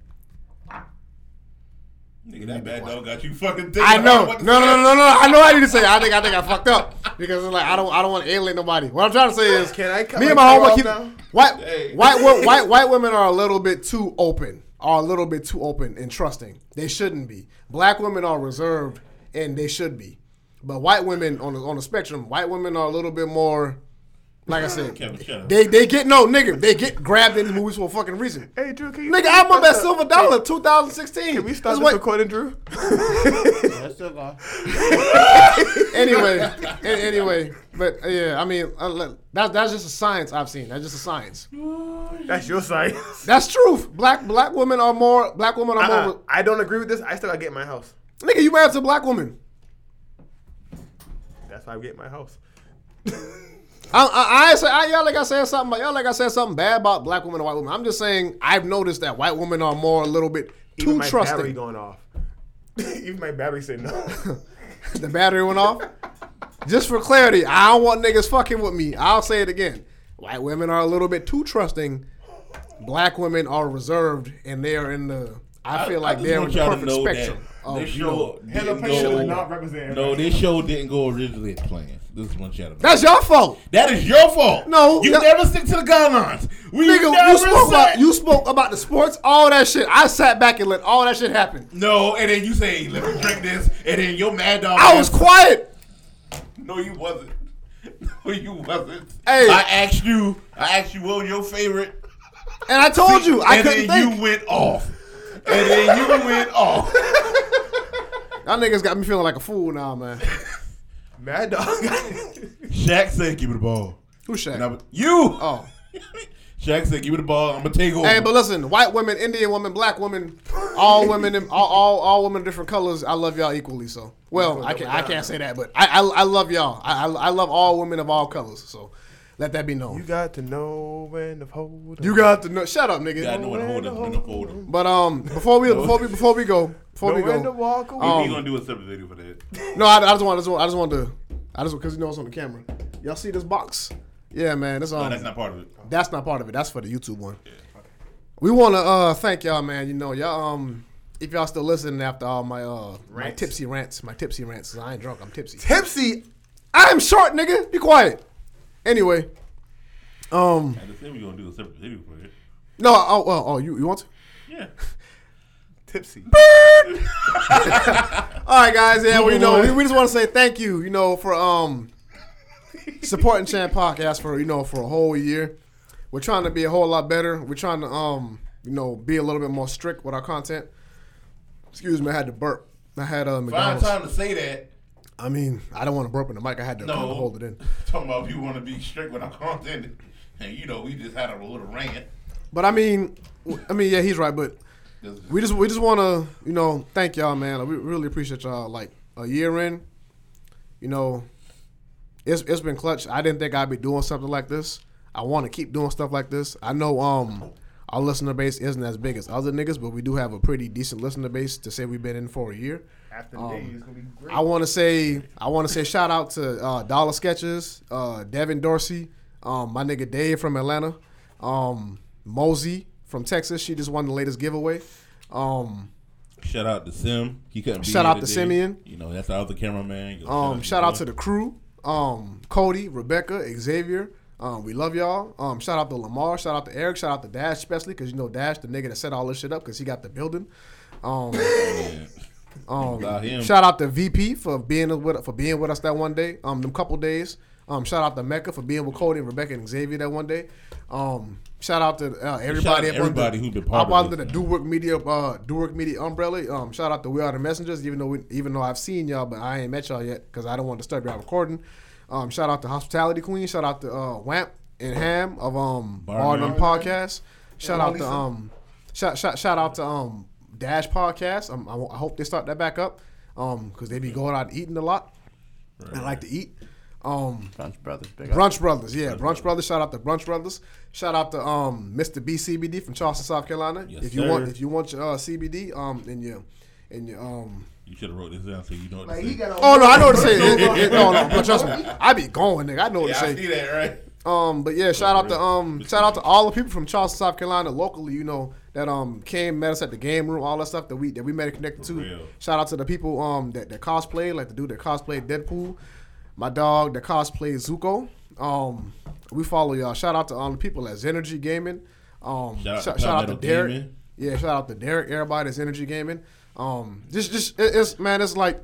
S2: Nigga, that bad dog got you fucking. thinking
S1: I know.
S2: about what to
S1: No, no,
S2: say.
S1: no, no, no. I know I need to say. it. I think I think I fucked up because it's like I don't I don't want to alienate nobody. What I'm trying to say is,
S3: Can I cut
S1: me and
S3: my
S1: my
S3: hair
S1: homeboy
S3: off
S1: keep
S3: now?
S1: white
S2: Hey.
S1: white wo- white white women are a little bit too open, are a little bit too open and trusting. They shouldn't be. Black women are reserved and they should be, but white women on the, on the spectrum, white women are a little bit more Like I said,
S2: Kevin, shut up.
S1: they they get no nigga. They get grabbed in these movies for a fucking reason.
S3: Hey, Drew, can you
S1: Nigga, I'm up at
S3: stop-
S1: Silver Dollar 2016.
S3: Can we
S1: That's
S3: stop this
S1: what-
S3: recording, Drew?
S4: That's still gone.
S1: anyway, an- anyway, but uh, yeah, I mean, uh, le- that, that's just a science I've seen. That's just a science.
S3: That's your science.
S1: That's truth. Black black women are more black women are
S3: Uh-uh.
S1: more.
S3: I don't agree with this. I still gotta get my house.
S1: Nigga, you married to a black woman.
S3: That's why I get my house.
S1: I, I, I ain't say I, y'all like I said something. about- Y'all like I said something bad about black women and white women. I'm just saying I've noticed that white women are more a little bit
S3: Even
S1: too
S3: my battery
S1: trusting.
S3: going off. Even my battery said no.
S1: the battery went off. Just for clarity, I don't want niggas fucking with me. I'll say it again. White women are a little bit too trusting. Black women are reserved, and they are in the. I feel like
S2: just
S1: they're in
S2: want
S1: the
S2: y'all to
S1: perfect
S2: know
S1: spectrum.
S2: that
S1: Of,
S2: this
S1: you
S2: show
S1: know,
S2: didn't
S3: Hella Patient
S2: go-
S3: would not represent
S2: No,
S3: everybody.
S2: this show didn't go originally as planned. This is one y'all to know.
S1: that's your fault,
S2: That is your fault.
S1: No,
S2: you
S1: that-
S2: never stick to the guidelines. We
S1: nigga.
S2: never
S1: You spoke about
S2: said-
S1: you spoke about the sports, all that shit. I sat back and let all that shit happen.
S2: No, and then you say, "Let me drink this," and then your mad dog.
S1: I was
S2: ass-
S1: quiet.
S2: No, you wasn't. No, you wasn't.
S1: Hey.
S2: I asked you. I asked you, "What your favorite?"
S1: And I told you I
S2: and
S1: couldn't
S2: then
S1: think.
S2: you went off. And then you went off.
S1: Y'all niggas got me feeling like a fool now, man.
S3: Mad dog.
S2: Shaq said, "Give me the ball."
S1: Who Shaq?
S2: And I was- you.
S1: Oh.
S2: Shaq said, "Give me the ball. I'm gonna take over."
S1: Hey, but listen, white women, Indian women, black women, all women, in- all all, all women of different colors. I love y'all equally. So, well, I can't I can't say that, but I I, I love y'all. I, I I love all women of all colors. So, let that be
S3: you
S1: known.
S3: got to know when to hold.
S1: You got to know. Shut up,
S2: Yeah, I know
S1: nigga.
S2: when to hold up, when to fold up.
S1: But um, before we before we before we go before we
S3: when to
S1: go,
S3: walk away.
S1: Um,
S2: we gonna do a separate video for that.
S1: no, I, I just want I just want I just want to I just because you know it's on the camera. Y'all see this box? Yeah, man. That's
S2: No,
S1: um,
S2: that's not part of it.
S1: That's not part of it. That's for the YouTube one. We want to uh, thank y'all, man. You know, y'all um, if y'all still listening after all my uh, my
S3: Rants.
S1: tipsy rants, my tipsy rants. 'cause I ain't drunk. I'm tipsy.
S3: Tipsy.
S1: I'm short, nigga. Be quiet. Anyway, um,
S2: I just said we gonna do a separate video for it.
S1: no, oh, oh, oh you you want to?
S2: Yeah.
S3: Tipsy.
S1: All right, guys. Yeah, well, you know,
S3: on.
S1: we, we just want to say thank you. You know, for um, supporting Chan Podcast for you know for a whole year. We're trying to be a whole lot better. We're trying to um, you know, be a little bit more strict with our content. Excuse me, I had to burp. I had uh,
S2: Find
S1: McDonald's.
S2: time to say that.
S1: I mean, I don't want to burp in the mic. I had to
S2: No.
S1: kinda hold it in.
S2: Talking about people want to be strict with our content, and you know we just had a little rant.
S1: But I mean, w- I mean, yeah, he's right. But
S2: This is-
S1: we just we just want to you know thank y'all, man. Like, we really appreciate y'all. Like a year in, you know, it's it's been clutch. I didn't think I'd be doing something like this. I want to keep doing stuff like this. I know um our listener base isn't as big as other niggas, but we do have a pretty decent listener base to say we've been in for a year.
S3: After the day, it's gonna be great.
S1: Um, I want to say I want to say shout out to uh, Dollar Sketches, uh, Devin Dorsey, um, my nigga Dave from Atlanta, um, Mosey from Texas. She just won the latest giveaway. Um,
S2: Shout out to Sim. He couldn't be
S1: Shout
S2: here
S1: out to
S2: today.
S1: Simeon.
S2: You know, that's the other cameraman. Yo,
S1: um, shout out to the crew, um, Cody, Rebecca, Xavier. Um, we love y'all. Um, shout out to Lamar. Shout out to Eric. Shout out to Dash, especially because you know Dash, the nigga that set all this shit up, because he got the building. Um,
S2: man.
S1: Um,
S2: Without him.
S1: shout out to VP for being with for being with us that one day. Um, them couple days. Um, shout out to Mecca for being with Cody and Rebecca and Xavier that one day. Um, shout out to uh, everybody.
S2: Shout out to
S1: up under-
S2: everybody who's been part
S1: up
S2: of
S1: under
S2: this,
S1: the
S2: man.
S1: Do Work Media, uh, Do Work Media umbrella. Um, shout out to We Are the Messengers, even though we, even though I've seen y'all, but I ain't met y'all yet because I don't want to disturb y'all recording. Um, shout out to Hospitality Queen. Shout out to uh, Wamp and Ham of um
S2: Bar
S1: Bar None
S2: None.
S1: Podcast. Shout out to
S3: Lisa.
S1: um, shout shout shout out to um Dash Podcast. Um, I, w- I hope they start that back up. Um, because they be going out eating a lot. I like to eat. Um,
S4: Crunch Brothers, big up.
S1: Brunch Brothers, yeah, Brunch Brothers. Shout out to Brunch Brothers. Shout out to um Mr. BCBD from Charleston, South Carolina.
S2: Yes,
S1: if you
S2: sir.
S1: want, if you want your uh, CBD, um, in your, in your um.
S2: You should have wrote this down so you know what to
S3: Like,
S2: say.
S3: he got a-
S1: Oh no, I know what to say. It- it- it- no, no, but trust me, I be going, nigga. I know what
S2: yeah,
S1: to
S2: I
S1: say.
S2: see that, right?
S1: Um, but yeah, shout out to um, shout out to all the people from Charleston, South Carolina, locally. You know that um came, met us at the game room, all that stuff that we that we met and connected to.
S2: real.
S1: Shout out to the people um that, that cosplay, like the dude that cosplayed Deadpool, my dog that cosplayed Zuko. Um, we follow y'all. Shout out to all the people at Energy Gaming. Um,
S2: Shout out
S1: shout,
S2: to
S1: shout out to
S2: Palmetto
S1: Derek.
S2: Gaming.
S1: Yeah, shout out to Derek. Everybody that's Energy Gaming. Um, just just it, it's man, it's like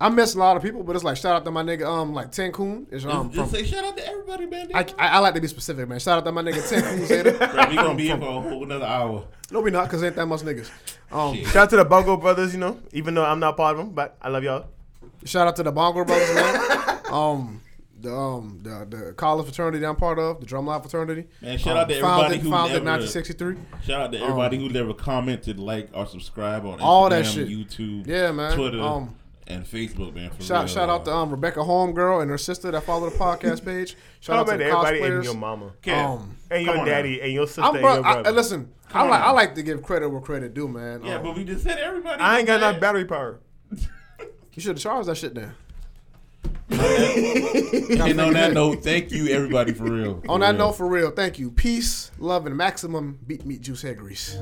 S1: I miss a lot of people, but it's like shout out to my nigga, um, like Tenkoon. It's, um,
S2: Just, just
S1: from,
S2: say shout out to everybody, man.
S1: I, I, I like to be specific, man. Shout out to my nigga Tenkoon. Zeta.
S2: Bro, we gonna be here for a whole another hour.
S1: no, we not, cause ain't that much niggas. Um,
S2: Shit.
S3: Shout out to the Bongo Brothers, you know, even though I'm not part of them, but I love y'all.
S1: Shout out to the Bongo Brothers, man. um, the um the the college fraternity that I'm part of, the Drumline fraternity.
S2: Man, shout
S1: Um,
S2: out to everybody who
S1: founded
S2: never-
S1: 1963.
S2: Shout out to everybody who never commented, like, or subscribe on Instagram,
S1: All that shit.
S2: YouTube,
S1: Yeah, man.
S2: Twitter,
S1: Um,
S2: and Facebook, man. For
S1: Shout
S2: real,
S1: shout out to um Rebecca Homegirl and her sister that follow the podcast page. Shout out
S3: Shout out
S1: to the
S3: everybody and
S1: cosplayers.
S3: your mama.
S2: Kev,
S1: um,
S2: come
S3: And your
S2: on now.
S3: daddy and your sister
S1: I'm
S3: and
S1: bro.
S3: your
S1: I,
S3: brother.
S1: I- listen,
S2: Come
S1: I like
S2: on.
S1: I like to give credit where credit due, man.
S2: Yeah,
S1: Um,
S2: but we just said everybody.
S3: I ain't got
S2: Yeah.
S3: enough battery power.
S1: you should have charged that shit then.
S2: And on that note, thank you everybody for real.
S1: On that
S2: real.
S1: note, for real, thank you. Peace, love, and maximum beat meat juice hair grease.